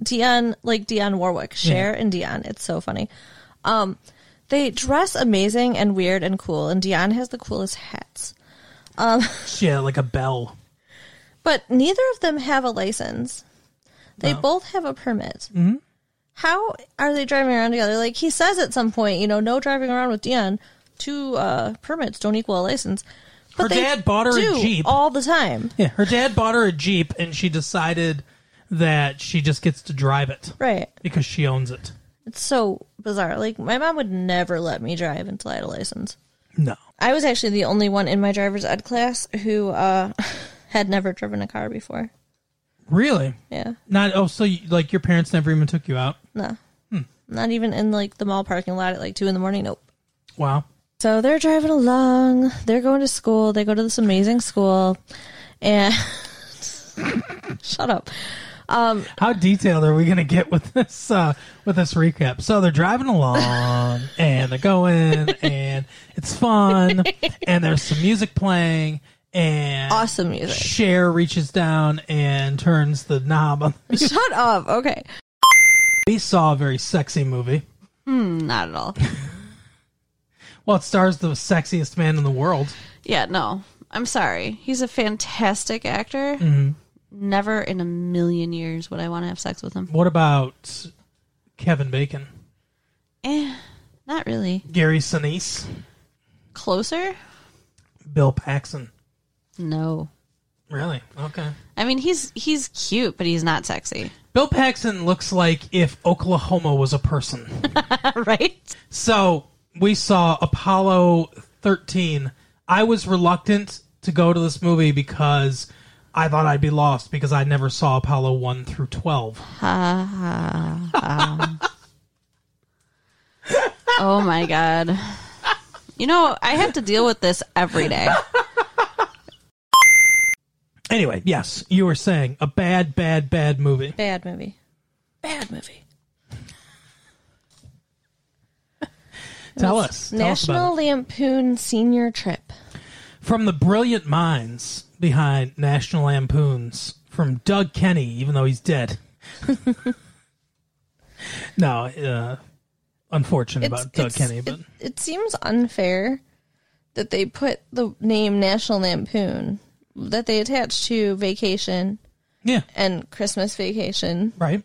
[SPEAKER 2] Dion, like Dion Warwick, Cher and Dion. It's so funny. Um, they dress amazing and weird and cool, and Dion has the coolest hats.
[SPEAKER 1] yeah, like a bell.
[SPEAKER 2] But neither of them have a license. They
[SPEAKER 1] No.
[SPEAKER 2] both have a permit. Mm-hmm. How are they driving around together? Like he says at some point, you know, no driving around with Dion. Two uh, permits don't equal a license. But
[SPEAKER 1] Her
[SPEAKER 2] they
[SPEAKER 1] dad bought her a
[SPEAKER 2] do
[SPEAKER 1] Jeep.
[SPEAKER 2] all the time.
[SPEAKER 1] Yeah, her dad bought her a Jeep and she decided that she just gets to drive it
[SPEAKER 2] Right.
[SPEAKER 1] because she owns it.
[SPEAKER 2] It's so bizarre. Like my mom would never let me drive until I had a license.
[SPEAKER 1] No.
[SPEAKER 2] I was actually the only one in my driver's ed class who uh, (laughs) had never driven a car before.
[SPEAKER 1] Really?
[SPEAKER 2] Yeah,
[SPEAKER 1] Not oh so you, like your parents never even took you out.
[SPEAKER 2] no,
[SPEAKER 1] Hmm.
[SPEAKER 2] not even in like the mall parking lot at like two in the morning. Nope.
[SPEAKER 1] Wow.
[SPEAKER 2] So they're driving along. They're going to school. They go to this amazing school, and (laughs) shut up.
[SPEAKER 1] How detailed are we going to get with this uh, with this recap? So they're driving along and they're going and it's fun and there's some music playing and
[SPEAKER 2] Awesome music.
[SPEAKER 1] Cher reaches down and turns the knob on.
[SPEAKER 3] (laughs)
[SPEAKER 2] shut up. Okay.
[SPEAKER 1] We saw a very sexy movie.
[SPEAKER 3] Not at all.
[SPEAKER 1] Well, it stars the sexiest man in the world.
[SPEAKER 3] Yeah, no. I'm sorry. He's a fantastic actor. Never in a million years would I want to have sex with him.
[SPEAKER 1] What about Kevin Bacon,
[SPEAKER 3] Eh, not really.
[SPEAKER 1] Gary Sinise,
[SPEAKER 3] Closer?
[SPEAKER 1] Bill Paxton?
[SPEAKER 3] No.
[SPEAKER 1] Really? Okay.
[SPEAKER 3] I mean, he's he's cute, but he's not sexy, (laughs)
[SPEAKER 1] Bill Paxton looks like if Oklahoma was a person.
[SPEAKER 3] right?
[SPEAKER 1] So we saw Apollo 13. I was reluctant to go to this movie because I thought I'd be lost because I never saw Apollo 1 through 12.
[SPEAKER 3] Oh my god. You know, I have to deal with this every day.
[SPEAKER 1] Anyway, yes, you were saying a bad, bad, bad movie.
[SPEAKER 2] Bad movie. Bad movie.
[SPEAKER 1] Tell us. Tell us about
[SPEAKER 2] National Lampoon Senior Trip.
[SPEAKER 1] it. From the brilliant minds behind National Lampoons, from Doug Kenny, even though he's dead. no, uh, unfortunate about Doug Kenny, but.
[SPEAKER 2] It, it seems unfair that they put the name National Lampoon that they attach to vacation
[SPEAKER 1] yeah,
[SPEAKER 2] and Christmas vacation
[SPEAKER 1] right.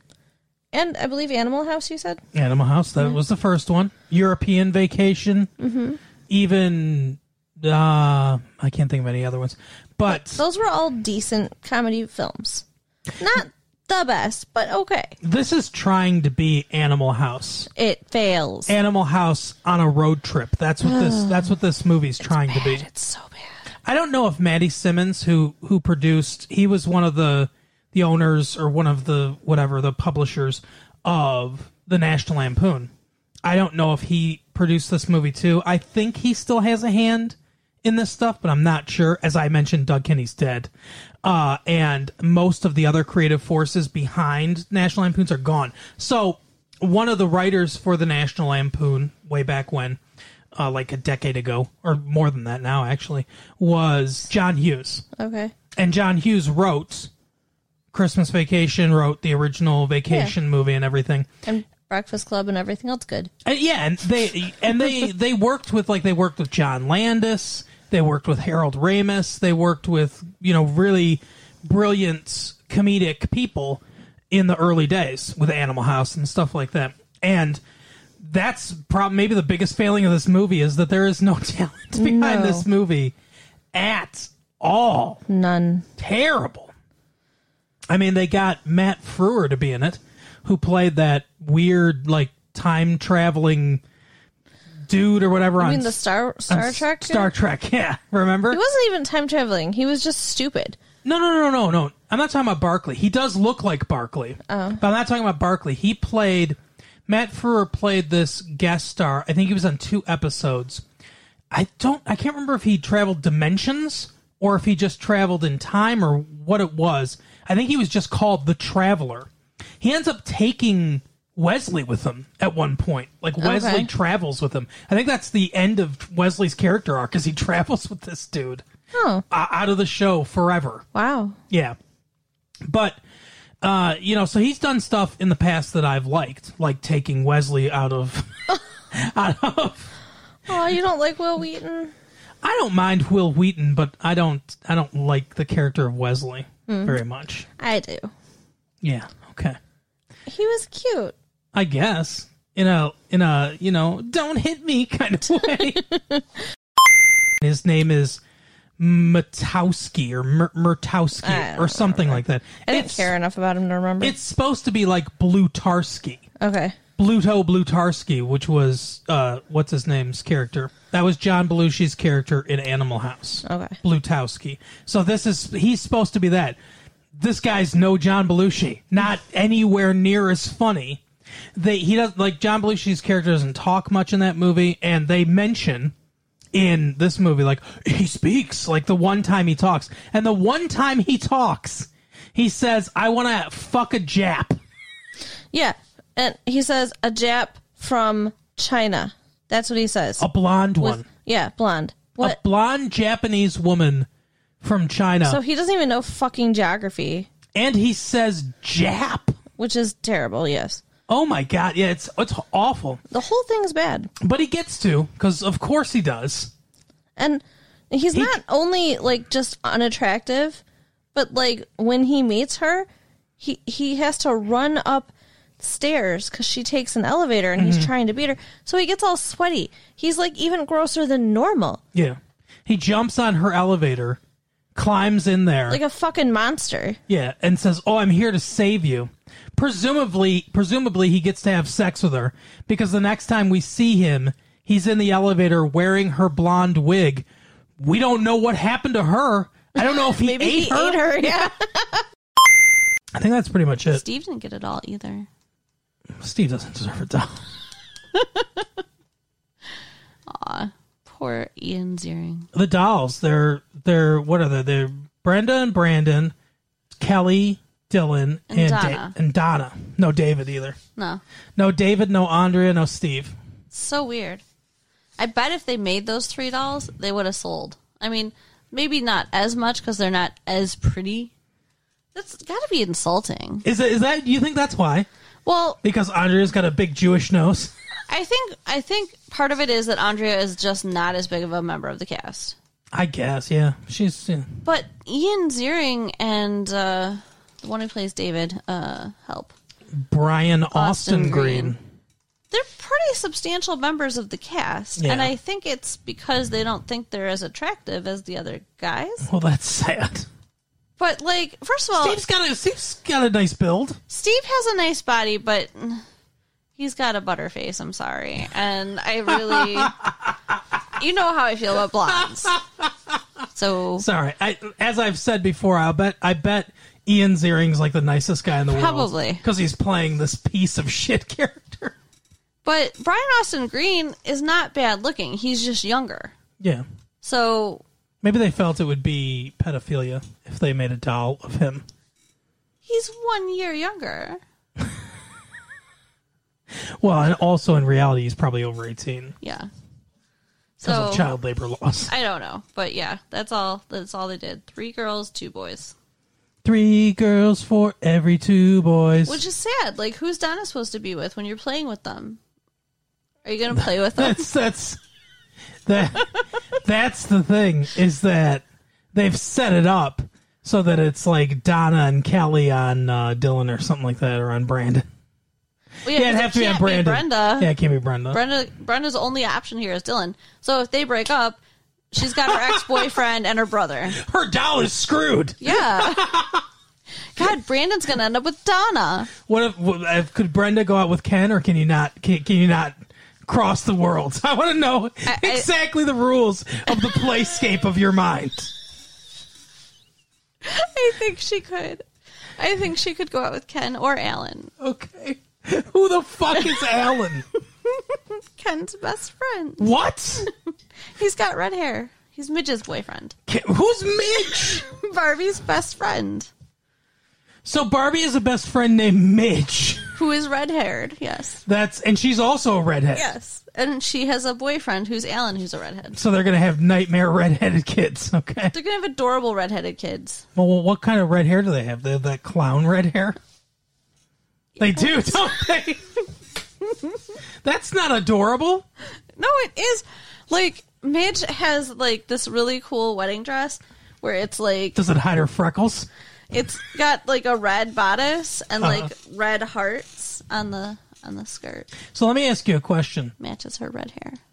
[SPEAKER 2] and I believe Animal House. You said
[SPEAKER 1] Animal House. That was the first one. European Vacation.
[SPEAKER 2] Mm-hmm.
[SPEAKER 1] Even uh, I can't think of any other ones. But
[SPEAKER 2] those were all decent comedy films, not the best, but okay.
[SPEAKER 1] this is trying to be Animal House.
[SPEAKER 2] It fails.
[SPEAKER 1] Animal House on a road trip. That's what
[SPEAKER 2] (sighs)
[SPEAKER 1] this. That's what this movie's trying to be.
[SPEAKER 2] it's so bad.
[SPEAKER 1] I don't know if Maddie Simmons, who who produced, he was one of the the owners or one of the whatever the publishers of the National Lampoon. I don't know if he produced this movie too. I think he still has a hand in this stuff, but I'm not sure. As I mentioned, Doug Kenny's dead, uh, and most of the other creative forces behind National Lampoons are gone. So one of the writers for the National Lampoon way back when uh, like a decade ago, or more than that now, actually, was John Hughes.
[SPEAKER 2] Okay.
[SPEAKER 1] And John Hughes wrote Christmas Vacation, wrote the original Vacation movie and everything.
[SPEAKER 2] And Breakfast Club and everything else good.
[SPEAKER 1] And Uh, yeah, and they and they they worked with like they worked with John Landis, they worked with Harold Ramis, they worked with you know really brilliant comedic people in the early days with Animal House and stuff like that. And that's probably maybe the biggest failing of this movie is that there is no (laughs) talent behind
[SPEAKER 2] No.
[SPEAKER 1] this movie at all.
[SPEAKER 2] None.
[SPEAKER 1] Terrible. I mean, they got Matt Frewer to be in it, who played that weird like time traveling dude or whatever
[SPEAKER 2] I
[SPEAKER 1] on
[SPEAKER 2] mean the Star Star
[SPEAKER 1] on
[SPEAKER 2] Trek.
[SPEAKER 1] Star Trek, (laughs) yeah. Remember?
[SPEAKER 2] He wasn't even time traveling. He was just stupid.
[SPEAKER 1] No, no, no, no, no.
[SPEAKER 2] Oh.
[SPEAKER 1] I'm not talking about Barkley. He does look like Barkley, but I'm not talking about Barkley. He played Matt Frewer played this guest star. I think he was on two episodes. I don't. I can't remember if he traveled dimensions or if he just traveled in time or what it was. I think he was just called the Traveler. He ends up taking Wesley with him at one point. Like Wesley
[SPEAKER 2] Okay.
[SPEAKER 1] travels with him. I think that's the end of Wesley's character arc, because he (laughs) travels with this dude
[SPEAKER 2] Oh,
[SPEAKER 1] uh, out of the show forever.
[SPEAKER 2] wow.
[SPEAKER 1] Yeah. But uh, you know, so he's done stuff in the past that I've liked, like taking Wesley out of (laughs) out of
[SPEAKER 2] Oh, you don't like Will Wheaton?
[SPEAKER 1] I don't mind Will Wheaton, but I don't I don't like the character of Wesley
[SPEAKER 2] Hmm.
[SPEAKER 1] very much.
[SPEAKER 2] I do.
[SPEAKER 1] Yeah. Okay.
[SPEAKER 2] He was cute.
[SPEAKER 1] I guess. In a in a, you know, don't hit me kind of
[SPEAKER 2] (laughs)
[SPEAKER 1] way. His name is Murtowski or Mur-
[SPEAKER 2] I
[SPEAKER 1] Murtowski
[SPEAKER 2] don't
[SPEAKER 1] or something like that.
[SPEAKER 2] I didn't
[SPEAKER 1] It's-
[SPEAKER 2] care enough about him to remember.
[SPEAKER 1] It's supposed to be like Blutarski.
[SPEAKER 2] okay.
[SPEAKER 1] Bluto Blutarski, which was uh, what's his name's character. That was John Belushi's character in Animal House.
[SPEAKER 2] Okay.
[SPEAKER 1] Blutowski. So this is he's supposed to be that. This guy's no John Belushi. Not anywhere near as funny. They he does like John Belushi's character doesn't talk much in that movie, and they mention in this movie like he speaks like the one time he talks, and the one time he talks, he says, "I want to fuck a Jap."
[SPEAKER 2] Yeah. And he says a Jap from China. That's what he says.
[SPEAKER 1] A blonde
[SPEAKER 2] With-
[SPEAKER 1] one.
[SPEAKER 2] yeah, blonde. What?
[SPEAKER 1] a blonde Japanese woman from China,
[SPEAKER 2] so he doesn't even know fucking geography,
[SPEAKER 1] and he says Jap.
[SPEAKER 2] which is terrible, yes.
[SPEAKER 1] Oh my god, yeah, it's it's awful.
[SPEAKER 2] The whole thing's bad.
[SPEAKER 1] But he gets to because of course he does.
[SPEAKER 2] And he's not only like just unattractive, but like when he meets her, he he has to run up stairs because she takes an elevator and
[SPEAKER 1] Mm-hmm.
[SPEAKER 2] he's trying to beat her. So he gets all sweaty. He's like even grosser than normal,
[SPEAKER 1] Yeah, he jumps on her elevator, climbs in there,
[SPEAKER 2] like a fucking monster.
[SPEAKER 1] yeah, and says, "Oh, I'm here to save you." Presumably, presumably he gets to have sex with her because the next time we see him, he's in the elevator wearing her blonde wig. We don't know what happened to her. I don't know if he,
[SPEAKER 2] (laughs) Maybe
[SPEAKER 1] ate,
[SPEAKER 2] he
[SPEAKER 1] her.
[SPEAKER 2] ate her. Yeah.
[SPEAKER 1] I think that's pretty much it.
[SPEAKER 3] Steve didn't get it all either.
[SPEAKER 1] Steve doesn't deserve a dollar.
[SPEAKER 3] Poor Ian Ziering.
[SPEAKER 1] The dolls, they're they're what are they? They're Brenda and Brandon, Kelly, Dylan,
[SPEAKER 3] And
[SPEAKER 1] and
[SPEAKER 3] Donna.
[SPEAKER 1] and Donna. No David either.
[SPEAKER 3] No.
[SPEAKER 1] No David. No Andrea. No Steve.
[SPEAKER 3] So weird. I bet if they made those three dolls, they would have sold. I mean, maybe not as much because they're not as pretty. That's got to be insulting.
[SPEAKER 1] Is it? Is that? You think that's why?
[SPEAKER 3] Well,
[SPEAKER 1] Because Andrea's got a big Jewish nose.
[SPEAKER 3] I think I think part of it is that Andrea is just not as big of a member of the cast.
[SPEAKER 1] I guess. Yeah. She's. Yeah.
[SPEAKER 3] But Ian Ziering and uh, the one who plays David, uh, help.
[SPEAKER 1] Brian Austin,
[SPEAKER 3] Austin
[SPEAKER 1] Green.
[SPEAKER 3] Green. They're pretty substantial members of the cast,
[SPEAKER 1] Yeah.
[SPEAKER 3] and I think it's because they don't think they're as attractive as the other guys.
[SPEAKER 1] Well, that's sad.
[SPEAKER 3] But like, first of all,
[SPEAKER 1] Steve's got a Steve's got a nice build.
[SPEAKER 3] Steve has a nice body, but he's got a butter face. I'm sorry, and I really, you know how I feel about blondes. So
[SPEAKER 1] Sorry. I, as I've said before, I bet I bet Ian Ziering's like the nicest guy in the world.
[SPEAKER 3] Probably.
[SPEAKER 1] because he's playing this piece of shit (laughs) character.
[SPEAKER 3] But Brian Austin Green is not bad looking. He's just younger.
[SPEAKER 1] Yeah.
[SPEAKER 3] So
[SPEAKER 1] Maybe they felt it would be pedophilia if they made a doll of him.
[SPEAKER 3] he's one year younger.
[SPEAKER 1] Well, and also in reality, he's probably over 18
[SPEAKER 3] Yeah.
[SPEAKER 1] because
[SPEAKER 3] So
[SPEAKER 1] of child labor laws.
[SPEAKER 3] I don't know. But yeah, that's all that's all they did. Three girls, two boys.
[SPEAKER 1] Three girls for every two boys.
[SPEAKER 3] Which is sad. Like who's Donna supposed to be with when you're playing with them? Are you gonna play with them?
[SPEAKER 1] that's that's that that's the thing is that they've set it up so that it's like Donna and Kelly on uh, Dylan or something like that or on Brandon.
[SPEAKER 3] Well,
[SPEAKER 1] (laughs) Yeah,
[SPEAKER 3] 'cause
[SPEAKER 1] it'd
[SPEAKER 3] it
[SPEAKER 1] have to be on
[SPEAKER 3] can't
[SPEAKER 1] Brandon.
[SPEAKER 3] Brenda.
[SPEAKER 1] Yeah, it can't be Brenda.
[SPEAKER 3] Brenda Brenda's only option here is Dylan. So if they break up, she's got her (laughs) ex boyfriend and her brother.
[SPEAKER 1] Her doll is screwed.
[SPEAKER 3] Yeah. God, Brandon's gonna end up with Donna.
[SPEAKER 1] What if, what if could Brenda go out with Ken, or can you not? Can, can you not cross the worlds? (laughs) I want to know
[SPEAKER 3] I- I-
[SPEAKER 1] exactly the rules of the playscape of your mind.
[SPEAKER 3] I think she could. I think she could go out with Ken or Alan.
[SPEAKER 1] Okay, Who the fuck
[SPEAKER 3] (laughs)
[SPEAKER 1] is Alan?
[SPEAKER 3] Ken's best friend.
[SPEAKER 1] What?
[SPEAKER 3] He's got red hair. He's Midge's boyfriend. (laughs)
[SPEAKER 1] Can- who's Mitch?
[SPEAKER 3] Barbie's best friend,
[SPEAKER 1] So Barbie is a best friend named Mitch.
[SPEAKER 3] who is red haired. Yes.
[SPEAKER 1] That's and she's also a redhead.
[SPEAKER 3] Yes. And she has a boyfriend who's Alan, who's a redhead.
[SPEAKER 1] So they're gonna have nightmare redheaded kids. Okay.
[SPEAKER 3] They're going to have adorable redheaded kids.
[SPEAKER 1] Well, what kind of red hair do they have? They have that clown red hair. They do, don't they? (laughs) That's not adorable.
[SPEAKER 3] No, it is. Like, Midge has, like, this really cool wedding dress where it's, like,
[SPEAKER 1] Does it hide her freckles?
[SPEAKER 3] it's got, like, a red bodice and,
[SPEAKER 1] Uh-huh.
[SPEAKER 3] like, red hearts on the on the skirt.
[SPEAKER 1] So let me ask you a question.
[SPEAKER 3] Matches her red hair. (laughs)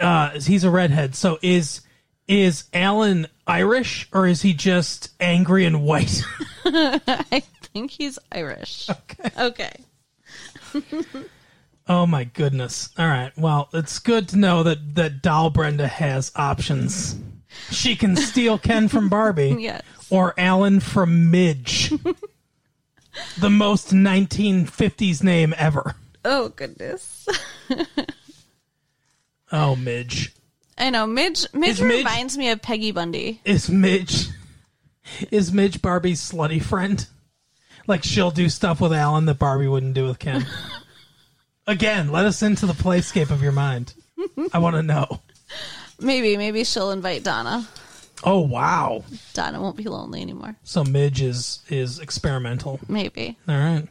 [SPEAKER 1] Uh, he's a redhead. So is is Alan Irish or is he just angry and white? (laughs)
[SPEAKER 3] I think he's Irish.
[SPEAKER 1] okay.
[SPEAKER 3] Okay.
[SPEAKER 1] Oh my goodness. All right. Well, it's good to know that that doll Brenda has options. She can steal Ken from Barbie.
[SPEAKER 3] Yes.
[SPEAKER 1] or Alan from Midge. the most 1950s name ever.
[SPEAKER 3] Oh, goodness.
[SPEAKER 1] Oh, Midge.
[SPEAKER 3] I know. Midge, Midge
[SPEAKER 1] Is Midge-
[SPEAKER 3] reminds me of Peggy Bundy.
[SPEAKER 1] Is Midge is Midge Barbie's slutty friend? Like she'll do stuff with Alan that Barbie wouldn't do with Ken. Again, let us into the playscape of your mind. I want to know.
[SPEAKER 3] Maybe, maybe she'll invite Donna.
[SPEAKER 1] Oh wow.
[SPEAKER 3] Donna won't be lonely anymore.
[SPEAKER 1] So Midge is is experimental.
[SPEAKER 3] Maybe.
[SPEAKER 1] All right.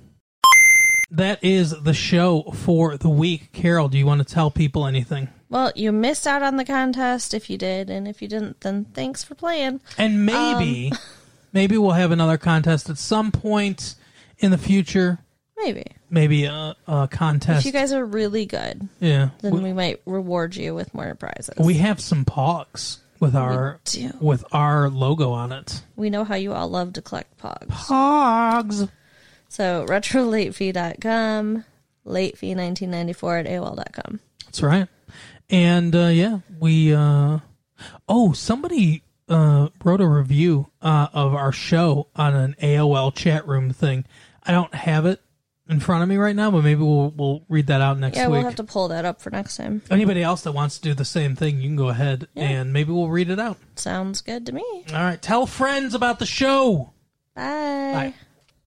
[SPEAKER 1] That is the show for the week. Carol, do you want to tell people anything?
[SPEAKER 2] Well, you missed out on the contest if you did, and if you didn't, then thanks for playing.
[SPEAKER 1] And maybe,
[SPEAKER 2] Um, (laughs)
[SPEAKER 1] maybe we'll have another contest at some point in the future.
[SPEAKER 2] Maybe.
[SPEAKER 1] Maybe a, a contest.
[SPEAKER 2] If you guys are really good,
[SPEAKER 1] yeah,
[SPEAKER 2] then
[SPEAKER 1] we,
[SPEAKER 2] we might reward you with more prizes.
[SPEAKER 1] we have some pogs with our
[SPEAKER 2] do.
[SPEAKER 1] with our logo on it.
[SPEAKER 2] We know how you all love to collect pogs.
[SPEAKER 1] Pogs.
[SPEAKER 2] So retrolatefee.com, latefee1994 at AOL.com.
[SPEAKER 1] That's right. And uh, yeah, we. Uh, oh, somebody uh, wrote a review uh, of our show on an AOL chat room thing. I don't have it in front of me right now, but maybe we'll we'll read that out next
[SPEAKER 2] Yeah,
[SPEAKER 1] week.
[SPEAKER 2] we'll have to pull that up for next time.
[SPEAKER 1] anybody else that wants to do the same thing, you can go ahead and maybe we'll read it out.
[SPEAKER 2] Sounds good to me.
[SPEAKER 1] All right. Tell friends about the show.
[SPEAKER 2] Bye.
[SPEAKER 1] Bye.